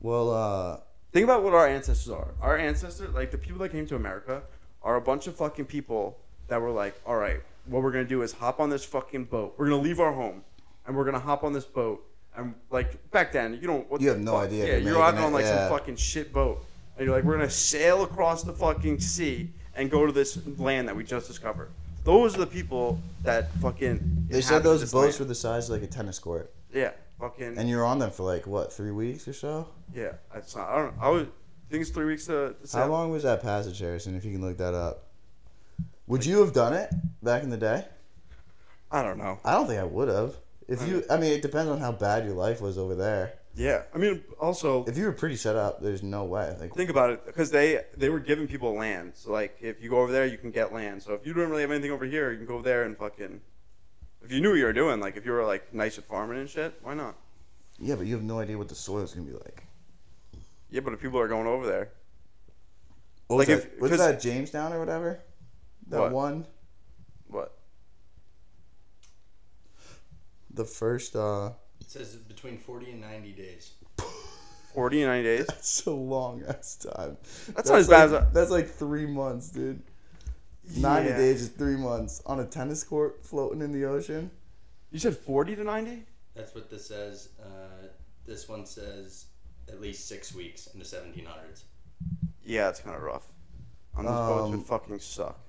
well, uh,
Think about what our ancestors are. Our ancestors, like the people that came to America, are a bunch of fucking people that were like, all right, what we're gonna do is hop on this fucking boat. We're gonna leave our home, and we're gonna hop on this boat. And like back then, you don't. What
You
the
have no
fuck-
idea if
Yeah,
you're
you're out
making
on
it,
like
yeah.
some fucking shit boat, and you're like, we're gonna sail across the fucking sea and go to this land that we just discovered. Those are the people that fucking.
they said
inhabit
those
this
boats were
land.
the size of like a tennis court,
Yeah, fucking.
and you're on them for like what three weeks or so.
yeah, it's not. I don't. know. I would think it's three weeks to. to
How
sail.
long was that passage, Harrison? If you can look that up. Would you have done it back in the day?
I don't know.
I don't think I would have. If
I
you, I mean, it depends on how bad your life was over there.
Yeah, I mean, also
If you were pretty set up, there's no way. Like,
think about it because they they were giving people land. So like, if you go over there, you can get land. So if you don't really have anything over here, you can go over there and fucking. If you knew what you were doing, like if you were like nice at farming and shit, why not?
yeah, but you have no idea what the soil's gonna be like.
Yeah, but if people are going over there,
What
Like
was
if-
that, was
'cause-
that Jamestown or whatever? That
What?
one,
what?
the first. uh
It says between forty and ninety days.
Forty and ninety days.
That's so long ass time.
That's not as bad as
like-
I-
That's like three months, dude. Ninety
Yeah.
days is three months on a tennis court floating in the ocean.
You said forty to ninety.
That's what this says. Uh, this one says at least six weeks in the seventeen hundreds.
Yeah, it's kind of rough. On those boats
Um,
would fucking suck.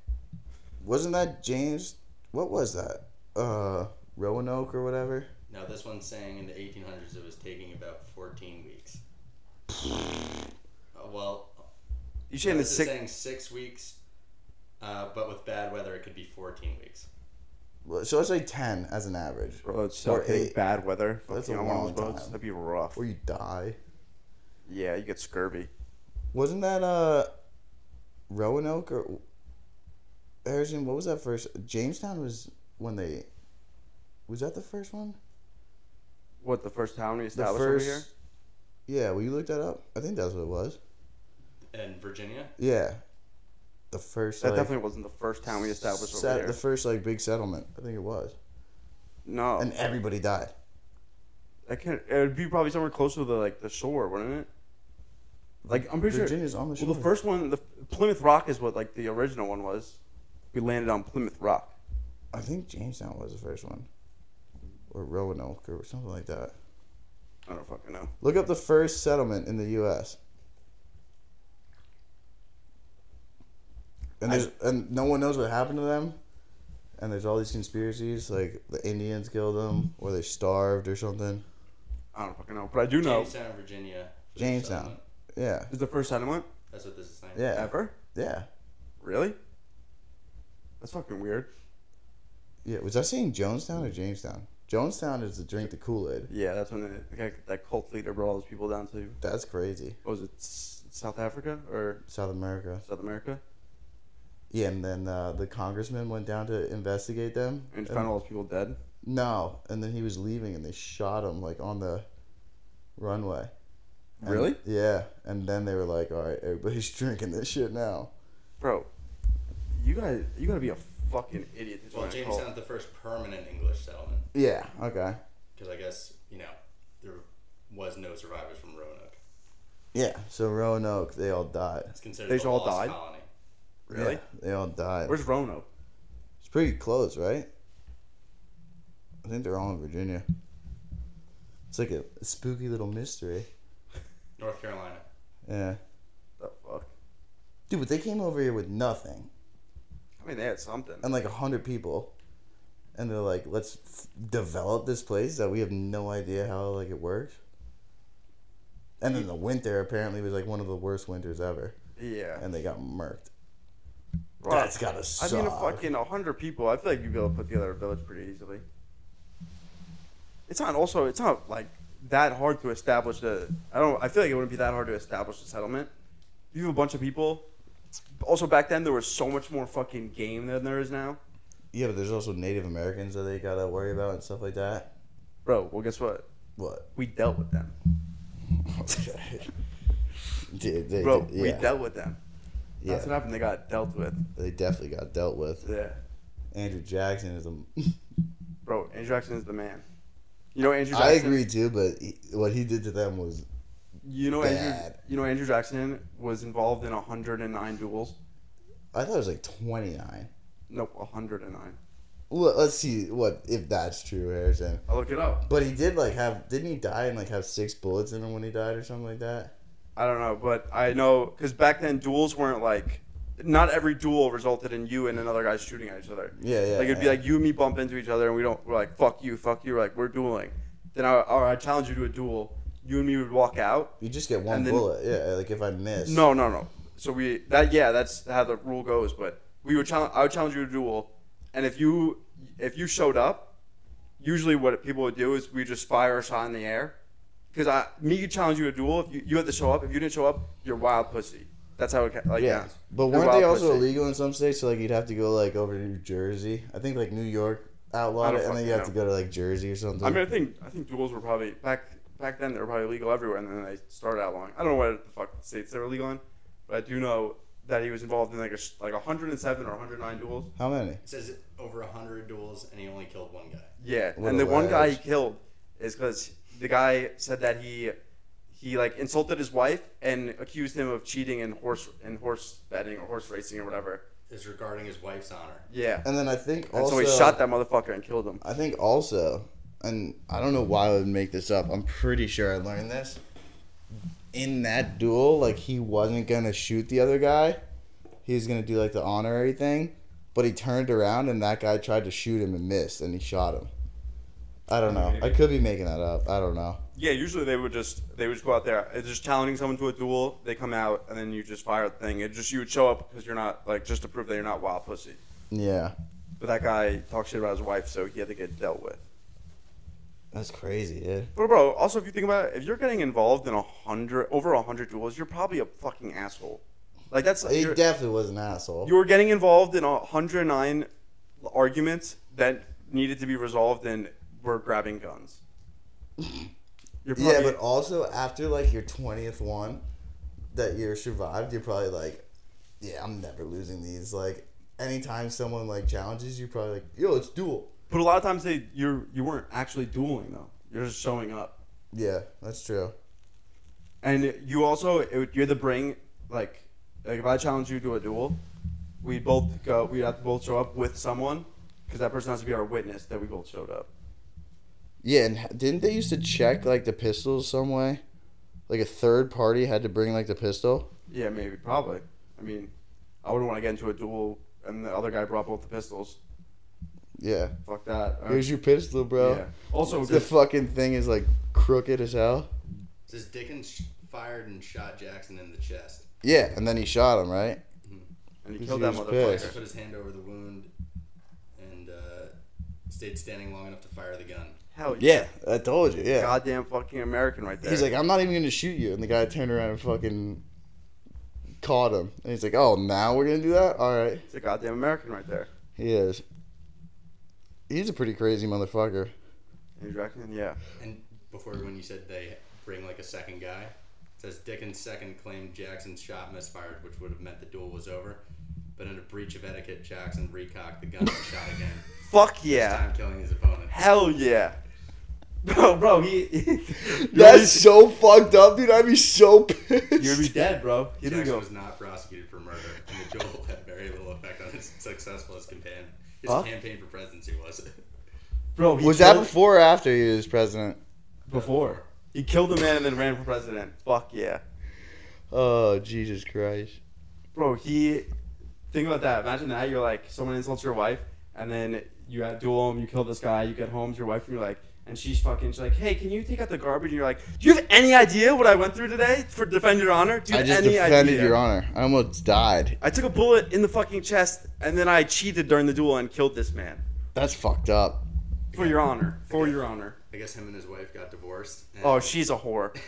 Wasn't that James? What was that? Uh, Roanoke or whatever.
Now this one's saying in the eighteen hundreds it was taking about fourteen weeks. Uh, well,
You
this
saying the
is
six?
saying six weeks, uh, but with bad weather it could be fourteen weeks.
Well, So let's say ten as an average,
Bro, it's
or
so
eight.
bad weather.
That's
fucking
a
on one
long
of those boats.
time.
That'd be rough.
or you die.
Yeah, you get scurvy.
Wasn't that uh, Roanoke or Harrison? What was that first? Jamestown was when they. Was that the first one?
What the first town we
The
established
first.
over here?
Yeah, will you look that up? I think that's what it was.
And Virginia,
Yeah. the first.
That
like,
definitely wasn't the first town we established
set-
over here.
the first like big settlement. I think it was,
no,
and everybody died.
I can't. It would be probably somewhere closer to the, like the shore, wouldn't it? Like I'm pretty sure.
Virginia's on the shore.
Well, the first one, the Plymouth Rock, is what like the original one was. We landed on Plymouth Rock.
I think Jamestown was the first one, or Roanoke, or something like that.
I don't fucking know.
Look up the first settlement in the U.S. And
I-
there's and no one knows what happened to them, and there's all these conspiracies like the Indians killed them or they starved or something.
I don't fucking know, but I do know
Jamestown, Virginia. for the
Jamestown.
settlement.
Yeah,
it's the first settlement
That's what this is saying.
yeah,
ever.
yeah,
Really? That's fucking weird.
yeah. Was I saying Jonestown or Jamestown? Jonestown is to drink the Kool Aid.
Yeah, that's when the, that, that cult leader brought all those people down to
That's crazy.
what was it S- South Africa or
South America.
South America
Yeah, and then uh, the congressman went down to investigate them.
and found all those people dead.
No, and then he was leaving, and they shot him like on the runway. And-
Really?
Yeah, and then they were like, "All right, everybody's *laughs* drinking this shit now."
Bro, you guys, you gotta be a fucking idiot to join
Well,
a cult.
Jamestown's the first permanent English settlement
Yeah. Okay.
because I guess you know there was no survivors from Roanoke.
Yeah. So Roanoke, they all died.
It's considered
They
the
all
lost
died?
colony.
Really?
Yeah, they all died.
Where's Roanoke?
It's pretty close, right? I think they're all in Virginia. It's like a spooky little mystery.
North Carolina.
Yeah.
The fuck.
Dude, but they came over here with nothing.
I mean, they had something.
and like a hundred people, and they're like, let's f- develop this place that we have no idea how like it works. And then the winter apparently was like one of the worst winters ever,
Yeah.
and they got murked.
Bro,
That's gotta suck.
I mean, a fucking 100 people. I feel like you'd be able to put together a village pretty easily. It's not also, it's not like that hard to establish a. I don't, I feel like it wouldn't be that hard to establish a settlement. You have a bunch of people. Also, back then, there was so much more fucking game than there is now.
yeah, but there's also Native Americans that they gotta worry about and stuff like that.
Bro, well, guess what?
What?
We dealt with them.
Okay. *laughs* Dude, they,
Bro,
yeah,
we dealt with them.
yeah,
That's what happened. They got dealt with.
they definitely got dealt with.
Yeah.
Andrew Jackson is a. *laughs*
Bro, Andrew Jackson is the man. You know Andrew Jackson?
I agree too, but he, what he did to them was
You know, Andrew,
Bad.
you know Andrew Jackson was involved in 109 duels.
I thought it was like twenty nine.
Nope, 109.
Well, let's see what if that's true, Harrison.
I'll look it up.
But he did like have didn't he die and like have six bullets in him when he died or something like that?
I don't know, but I know because back then duels weren't like, not every duel resulted in you and another guy shooting at each other.
Yeah, yeah.
like it'd be
yeah.
like you and me bump into each other and we don't. We're like fuck you, fuck you. We're like we're dueling. Then I or I challenge you to a duel. You and me would walk out.
you just get one
and then-
bullet. Yeah, like if I miss.
No, no, no. So we that yeah, that's how the rule goes. But we would challenge. I would challenge you to a duel, and if you if you showed up, usually what people would do is we just fire a shot in the air, because I me you challenge you to a duel. If you, you have to show up, if you didn't show up, you're wild pussy. That's how it ca- like
Yeah,
counts.
but
You're
weren't they
wild
also
pussy.
illegal in some states? So like you'd have to go like over to New Jersey. I think like New York outlawed
I don't
it, and then
fucking
you have
know.
to go to like Jersey or something.
I mean, I think I think duels were probably back back then they were probably legal everywhere, and then they started outlawing. I don't know what the fuck states they were legal in, but I do know that he was involved in like a sh- like 107 or 109 duels.
How many?
It says over hundred duels, and he only killed one guy.
Yeah,
What
and
a
the one guy he
ledge.
killed is because the guy said that he he like insulted his wife and accused him of cheating in horse in horse betting or horse racing or whatever.
It's regarding his wife's honor.
Yeah,
And then I think
and
also
so he shot that motherfucker and killed him.
I think also, and I don't know why I would make this up. I'm pretty sure I learned this. In that duel, like he wasn't gonna shoot the other guy. He was gonna do like the honorary thing, but he turned around and that guy tried to shoot him and missed, and he shot him. I don't know. I could be making that up. I don't know.
Yeah, usually they would just they would just go out there. It's just challenging someone to a duel. They come out and then you just fire the thing. It just you would show up because you're not like just to prove that you're not wild pussy.
Yeah,
But that guy talked shit about his wife, so he had to get dealt with.
that's crazy, dude.
But bro, also if you think about it, if you're getting involved in a hundred over a hundred duels, you're probably a fucking asshole. Like that's
He
you're,
definitely was an asshole.
you were getting involved in a hundred nine arguments that needed to be resolved and were grabbing guns.
*laughs*
You're probably,
yeah, but also after like your twentieth one that you survived, you're probably like, yeah, I'm never losing these. Like anytime someone like challenges you, probably like, yo, it's duel.
But a lot of times they you you weren't actually dueling though. You're just showing up,
Yeah, that's true.
and you also it, would- you had to bring like like if I challenge you to a duel, we both go. We have to both show up with someone because that person has to be our witness that we both showed up.
Yeah, and h- didn't they used to check like the pistols some way? Like a third party had to bring like the pistol.
Yeah, maybe probably. I mean, I wouldn't want to get into a duel and the other guy brought both the pistols.
Yeah,
Fuck that. Uh,
here's your pistol, bro.
yeah. Also,
The fucking thing is like crooked as hell.
Says Dickens sh- fired and shot Jackson in the chest.
Yeah, and then he shot him, right?
and he
Because
killed
he
that
was
motherfucker.
pissed.
Jackson put his hand over the wound and uh, stayed standing long enough to fire the gun.
Hell
Yeah, I told you. Yeah,
Goddamn fucking American right there.
he's like, I'm not even gonna shoot you, and the guy turned around and fucking caught him, and he's like, Oh, now we're gonna do that? All right.
He's a goddamn American right there.
He is. He's a pretty crazy motherfucker.
And he's acting, yeah.
And before when you said they bring like a second guy, it says Dickens' second claimed Jackson's shot misfired, which would have meant the duel was over. But in a breach of etiquette, Jackson recocked the gun and shot again.
Fuck
This
yeah.
time killing his opponent.
Hell yeah. *laughs* Bro, bro, he.
*laughs* That's so fucked up, dude. I'd be so *laughs*
*laughs*
pissed.
You'd be dead, bro. You didn't
Jackson
go.
was not prosecuted for murder, and the duel had very little effect on his successful his campaign. His
Huh?
campaign for presidency was. *laughs*
Bro, he
was that
killed-
before or after he was president?
before? He killed a man and then ran for president. Fuck yeah.
Oh Jesus Christ!
Bro, he. Think about that. Imagine that. You're like, someone insults your wife, and then you at duel him, you kill this guy, you get home to your wife, and you're like, and she's fucking, she's like, hey, can you take out the garbage? And you're like, do you have any idea what I went through today for defend your honor? Do you
I
have
just
any
defended
idea?
your honor. I almost died.
I took a bullet in the fucking chest, and then I cheated during the duel and killed this man.
That's fucked up.
For your honor. For your honor.
I guess him and his wife got divorced. and- *laughs*
Oh, she's a whore.
It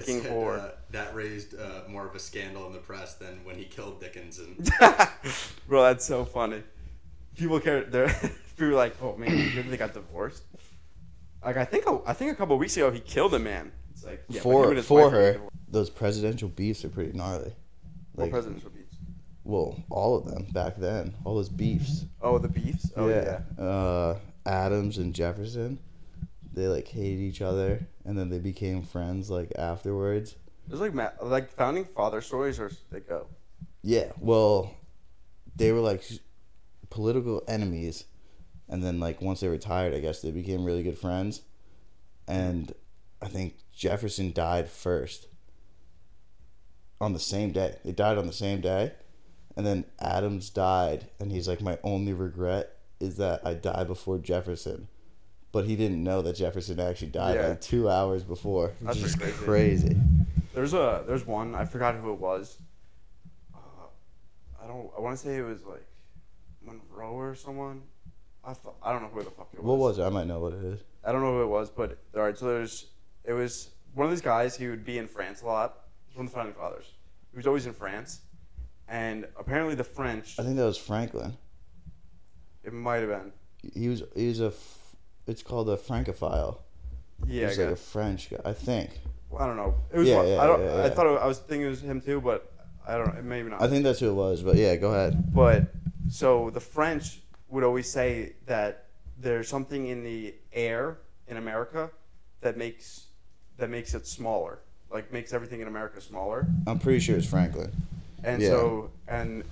Fucking
said,
whore.
uh, that raised uh, more of a scandal in the press than when he killed Dickens. And
*laughs* Bro, that's so funny. People care. They're *laughs* people are like, oh man, you think they got divorced? Like I think a, I think a couple weeks ago he killed a man. It's like yeah, but him
for
and his
for
wife got
her,
divorced.
those presidential beefs are pretty gnarly.
What
Like,
presidents were beefs?
well, all of them back then. All those beefs.
Oh, the beefs. Oh yeah.
Uh, Adams and Jefferson, they like hated each other, and then they became friends like afterwards.
There's like ma- like founding father stories or they go.
Yeah, well, they were like s- political enemies, and then like once they retired, I guess they became really good friends. And I think Jefferson died first on the same day. They died on the same day, and then Adams died, and he's like, my only regret is that I died before Jefferson. But he didn't know that Jefferson actually died
Yeah.
like two hours before,
That's
which is
pretty crazy.
crazy.
There's a there's one I forgot who it was. Uh, I don't. I want to say it was like Monroe or someone. I th- I don't know who the fuck it was.
What was it? I might know what it is.
I don't know who it was, but all right. So there's it was one of these guys. He would be in France a lot. He was One of the founding fathers. He was always in France, and apparently the French.
I think that was Franklin.
It might have been.
he was he was a f- it's called a francophile. He
Yeah, I,
was like a
guess.
French guy, I think.
Well, I don't know. It was.
Yeah,
one-
yeah,
I don't.
yeah,
I
yeah.
thought it, I was thinking it was him too, but I don't. know. Maybe not.
I think that's who it was, but yeah, go ahead.
But so the French would always say that there's something in the air in America that makes that makes it smaller, like makes everything in America smaller.
I'm pretty sure it's Franklin.
And
Yeah.
so, and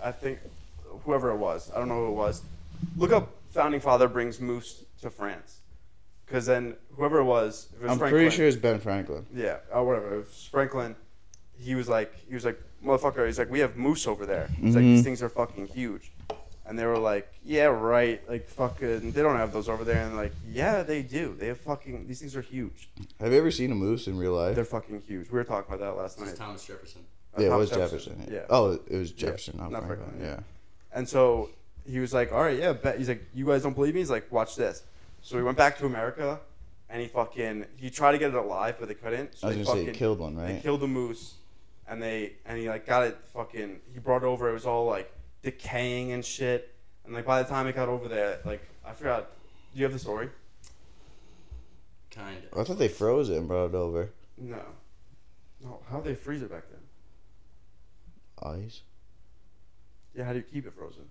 I think whoever it was, I don't know who it was, look up founding father brings moose to France, because then whoever it was, if it was
I'm
Franklin,
pretty sure it's Ben Franklin.
yeah, or whatever. It was Franklin, he was like, he was like, motherfucker. He's like, we have moose over there. He's like,
Mm-hmm.
these things are fucking huge. And they were like, yeah, right. Like, fucking, they don't have those over there. And like, yeah, they do. They have fucking, these things are huge.
Have you ever seen a moose in real life?
They're fucking huge. We were talking about that last
this is
night.
Thomas Jefferson.
Uh,
yeah, it
Thomas
was Jefferson. yeah.
Yeah.
Oh, it was Jefferson, not,
not
Franklin.
Franklin,
Yeah.
And so he was like, all right, yeah, bet. He's like, you guys don't believe me? He's like, watch this. So he went back to America and he fucking, he tried to get it alive, but they couldn't. So
I was
they
gonna say
fucking-
killed one,
They
right?
killed the moose and they, and he like got it fucking, he brought it over. It was all like decaying and shit. And like by the time it got over there, like, I forgot. Do you have the story?
Kind of.
I thought they froze it and brought it over.
No. No, how they freeze it back then?
Ice.
Yeah, how do you keep it frozen?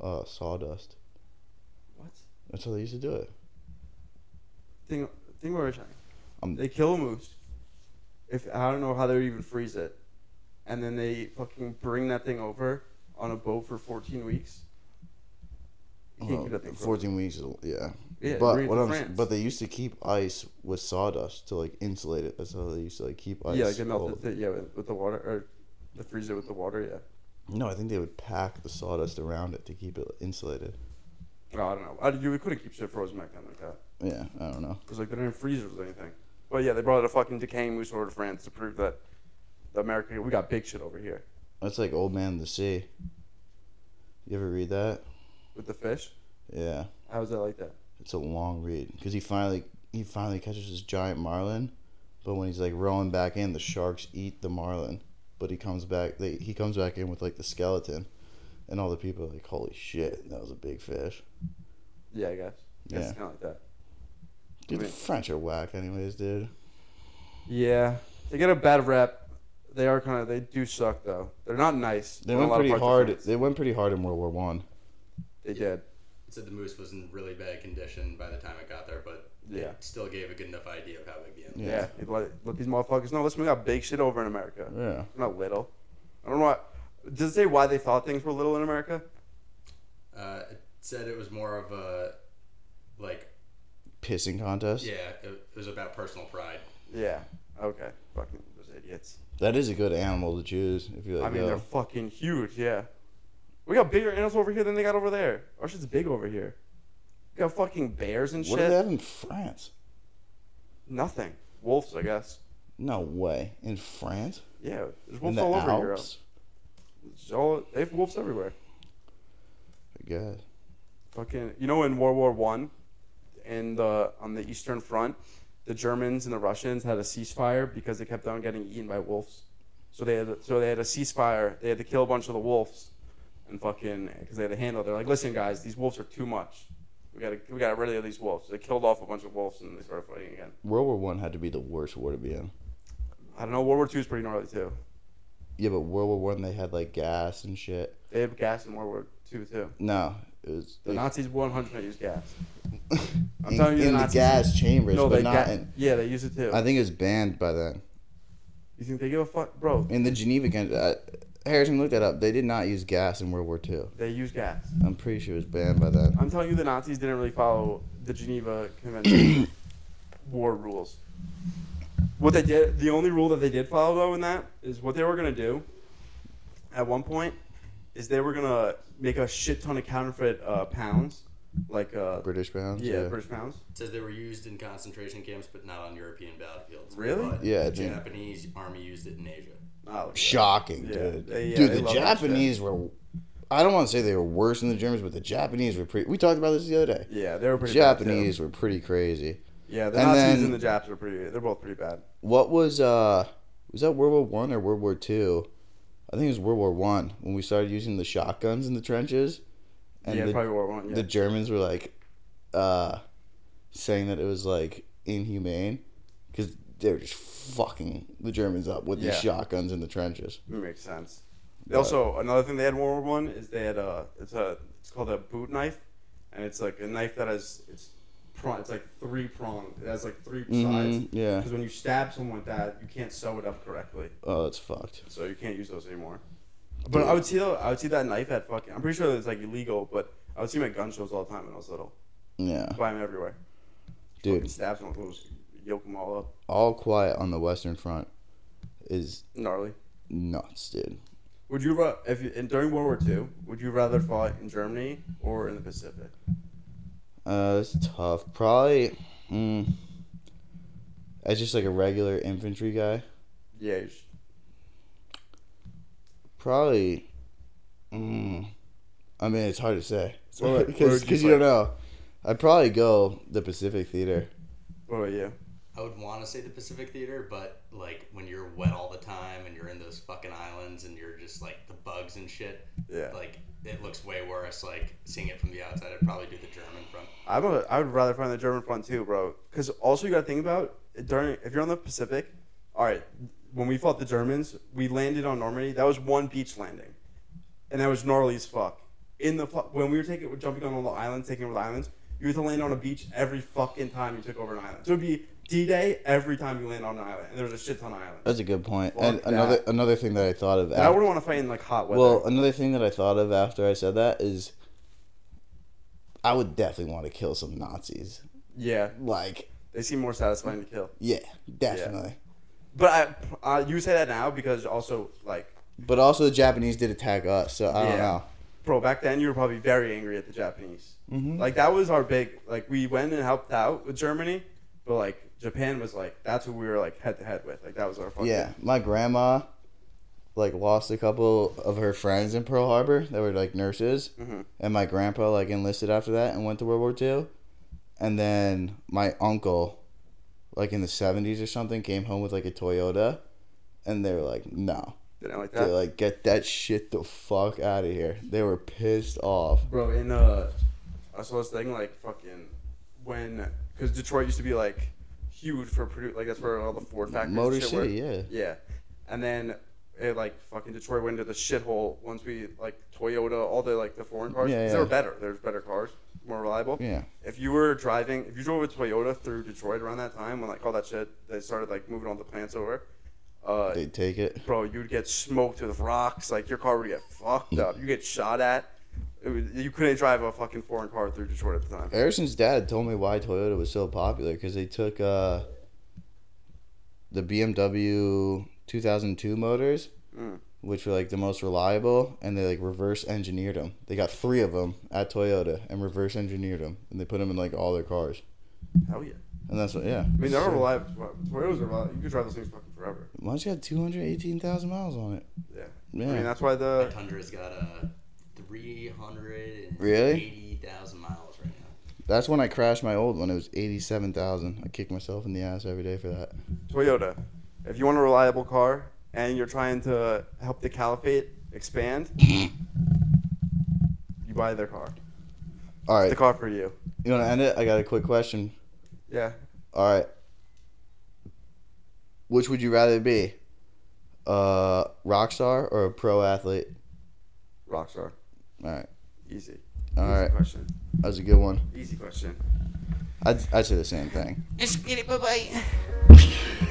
Uh, sawdust.
What?
That's how they used to do it.
Thing, thing where we're trying.
Um,
They kill a moose. If I don't know how they would even freeze it, and then they fucking bring that thing over on a boat for 14 weeks. You can't
well,
keep that thing frozen.
Oh, Fourteen weeks. is- Yeah.
Yeah, bring
but
it
what
to
I'm s-
France.
but they used to keep ice with sawdust to like insulate it. That's how they used to like keep ice.
yeah, like they melt
cold.
it. yeah, with, with the water or the freezer with the water.
No, I think they would pack the sawdust around it to keep it insulated.
Yeah. Oh, I don't know. I, you couldn't keep shit frozen back then like that.
Yeah, I don't know.
Because like they didn't have freezers or anything. But yeah, they brought a fucking decaying moose over to France to prove that the America we got big shit over here
That's like Old Man of the Sea. You ever read that?
with the fish.
Yeah,
How is that like that?
it's a long read because he finally he finally catches this giant marlin, but when he's like rowing back in, the sharks eat the marlin. But he comes back. They he comes back in with like the skeleton, and all the people are like, "Holy shit, that was a big fish."
Yeah, I guess.
Yeah.
It's kind of like that.
Dude, the
Right.
French are whack, anyways, dude.
Yeah, they get a bad rep. They are kind of they do suck though. They're not nice.
They
in a
went
lot of
pretty
parts of
hard.
France.
They went pretty hard in World War One.
They did.
It said the moose was in really bad condition by the time it got there, but
Yeah.
it still gave a good enough idea of how big the animal.
Yeah.
Yeah.
They Let, let these motherfuckers know. Listen, we got big shit over in America.
Yeah.
We're not little. I don't know. Why, does it say why they thought things were little in America?
Uh, it said it was more of a like
Pissing contest.
yeah, it, it was about personal pride.
Yeah. Okay. Fucking those idiots.
That is a good animal to choose if you like.
I mean,
yo.
they're fucking huge, yeah. We got bigger animals over here than they got over there. Our shit's big over here. We got fucking bears and shit.
what do they have in France?
Nothing. Wolves, I guess.
No way. In France?
Yeah, there's
in
wolves
the
all over Europe.
Alps?
It's all, they have wolves everywhere.
I guess.
Fucking, you know, in World War One, in the on the Eastern Front, the Germans and the Russians had a ceasefire because they kept on getting eaten by wolves. So they had, so they had a ceasefire. They had to kill a bunch of the wolves, and fucking, because they had to handle. it. They're like, listen, guys, these wolves are too much. We gotta, we gotta rid of these wolves. So they killed off a bunch of wolves, and they started fighting again.
World War One had to be the worst war to be in.
I don't know. World War Two is pretty gnarly too.
Yeah, but World War One they had like gas and shit.
They had gas in World War Two too.
No, it was
The
*laughs*
Nazis 100% used gas. I'm
in,
telling you, the
in the
Nazis-
gas chambers,
No,
but
they
not.
got.
in,
Yeah, they used it too.
I think it was banned by then.
you think they give a fuck, bro?
In the Geneva, Con- uh, Harrison looked that up. They did not use gas in World War Two.
They use gas.
I'm pretty sure it was banned by then.
I'm telling you, the Nazis didn't really follow the Geneva
*clears throat*
Convention war rules. What they did, the only rule that they did follow though in that is what they were gonna do. At one point, is they were gonna make a shit ton of counterfeit uh, pounds, like uh,
British pounds.
yeah, British pounds.
It says they were used in concentration camps, but not on European battlefields.
Really?
But
Yeah, I
The
think-
Japanese army used it in Asia.
Oh,
Shocking,
Yeah,
dude.
they- yeah,
dude,
they
the
love that
Japanese were. I don't want to say they were worse than the Germans, but the Japanese were pretty. We talked about this the other day.
yeah, they were pretty bad, too.
Japanese were pretty crazy.
Yeah, the
And
Nazis
then-
and the Japs are pretty. They're both pretty bad.
What was uh? Was that World War One or World War Two? I think it was World War One when we started using the shotguns in the trenches, and
yeah,
the,
probably World War One. Yeah.
the Germans were like, uh, saying that it was like inhumane because they were just fucking the Germans up with
Yeah.
these shotguns in the trenches.
makes sense. They
But-
also another thing they had in World War One is they had a it's a it's called a boot knife, and it's like a knife that has it's prong it's like three pronged. It has like 3 sides.
Mhm, yeah.
Because when you stab someone with that, you can't sew it up correctly,
Oh, that's fucked.
so you can't use those anymore. But I would see though I would see that knife at fucking. I'm pretty sure it's like illegal, but I would see my gun shows all the time when I was little.
Yeah,
Buy them everywhere. Fucking
dude.
stab someone, with those, yoke them all up.
All quiet on the Western Front is
Gnarly.
nuts, dude.
Would you ra- if you, and during World War Two? Would you rather fight in Germany or in the Pacific?
Uh, it's tough. Probably. Mm, as just like a regular infantry guy,
Yeah, you sh-
probably. Mm, I mean, it's hard to say
So where- where
because
would you
you, don't know. I'd probably go the Pacific Theater.
what about you?
I would want to say the Pacific Theater, but like when you're wet all the time and you're in those fucking islands and you're just like the bugs and shit,
Yeah,
like it looks way worse. Like seeing it from the outside, I'd probably do the German front.
I'm a, I would rather find the German front too, bro. Because also you got to think about during if you're on the Pacific. All right, when we fought the Germans, we landed on Normandy. That was one beach landing, and that was gnarly as fuck. In the fu- when we were taking jumping on all the islands, taking over the islands, you had to land on a beach every fucking time you took over an island. So it'd be D Day every time you land on an island, and there was a shit ton of islands.
That's a good point.
Fuck
and
that.
another another thing that I thought of.
And I
After,
wouldn't want to fight in like hot weather.
well, uh, another thing that I thought of after I said that is, I would definitely want to kill some Nazis.
yeah,
Like,
they seem more satisfying to kill.
yeah, definitely.
But I, uh, you say that now because also like,
But also, the Japanese did attack us, so I don't
Yeah.
know.
bro, back then you were probably very angry at the Japanese.
Mhm.
Like that was our big like we went and helped out with Germany, but like Japan was like that's who we were like head to head with. Like that was our fucking
Yeah, my grandma, like, lost a couple of her friends in Pearl Harbor that were like nurses,
Mhm.
and my grandpa like enlisted after that and went to World War Two, and then my uncle, like in the seventies or something, came home with like a Toyota, and they were like, no,
Didn't I like
they're
that.
like, get that shit the fuck out of here. They were pissed off.
Bro, in uh, I saw this thing like fucking when because Detroit used to be like huge for produ- like that's where all the Ford factories
Motor
and shit were.
City, yeah.
Yeah, and then it like fucking Detroit went into the shithole once we like Toyota, all the like the foreign cars.
Yeah,
'cause
yeah.
They were better. There's better cars, more reliable.
Yeah.
If you were driving, if you drove a Toyota through Detroit around that time when like all that shit, they started like moving all the plants over. Uh,
They'd take it.
bro, you'd get smoked with rocks. Like your car would get fucked up. You get shot at. It was, you couldn't drive a fucking foreign car through Detroit at the time.
Harrison's dad told me why Toyota was so popular because they took uh, the BMW 2002 motors,
Mm.
which were like the most reliable, and they like reverse engineered them. They got three of them at Toyota and reverse engineered them, and they put them in like all their cars.
Hell yeah.
And that's what, yeah.
I mean, they're all reliable. Toyotas are reliable. You could drive those things fucking forever.
Mine's got 218,000 miles on it.
Yeah.
Yeah.
I mean, that's why
My
Uh.
the
Tundra's got a three hundred and
Really?
eighty thousand miles right now.
that's when I crashed my old one. It was 87,000. I kick myself in the ass every day for that.
Toyota. If you want a reliable car and you're trying to help the caliphate
*laughs*
expand, you buy their car.
All
The
right.
car for you.
You want to end it? I got a quick question.
Yeah.
All right. Which would you rather be, a rock star or a pro athlete?
Rockstar.
All right,
Easy.
all
Easy
right.
question.
That was a good one.
Easy question.
I'd, I'd say the same thing.
Let's get it, bye bye.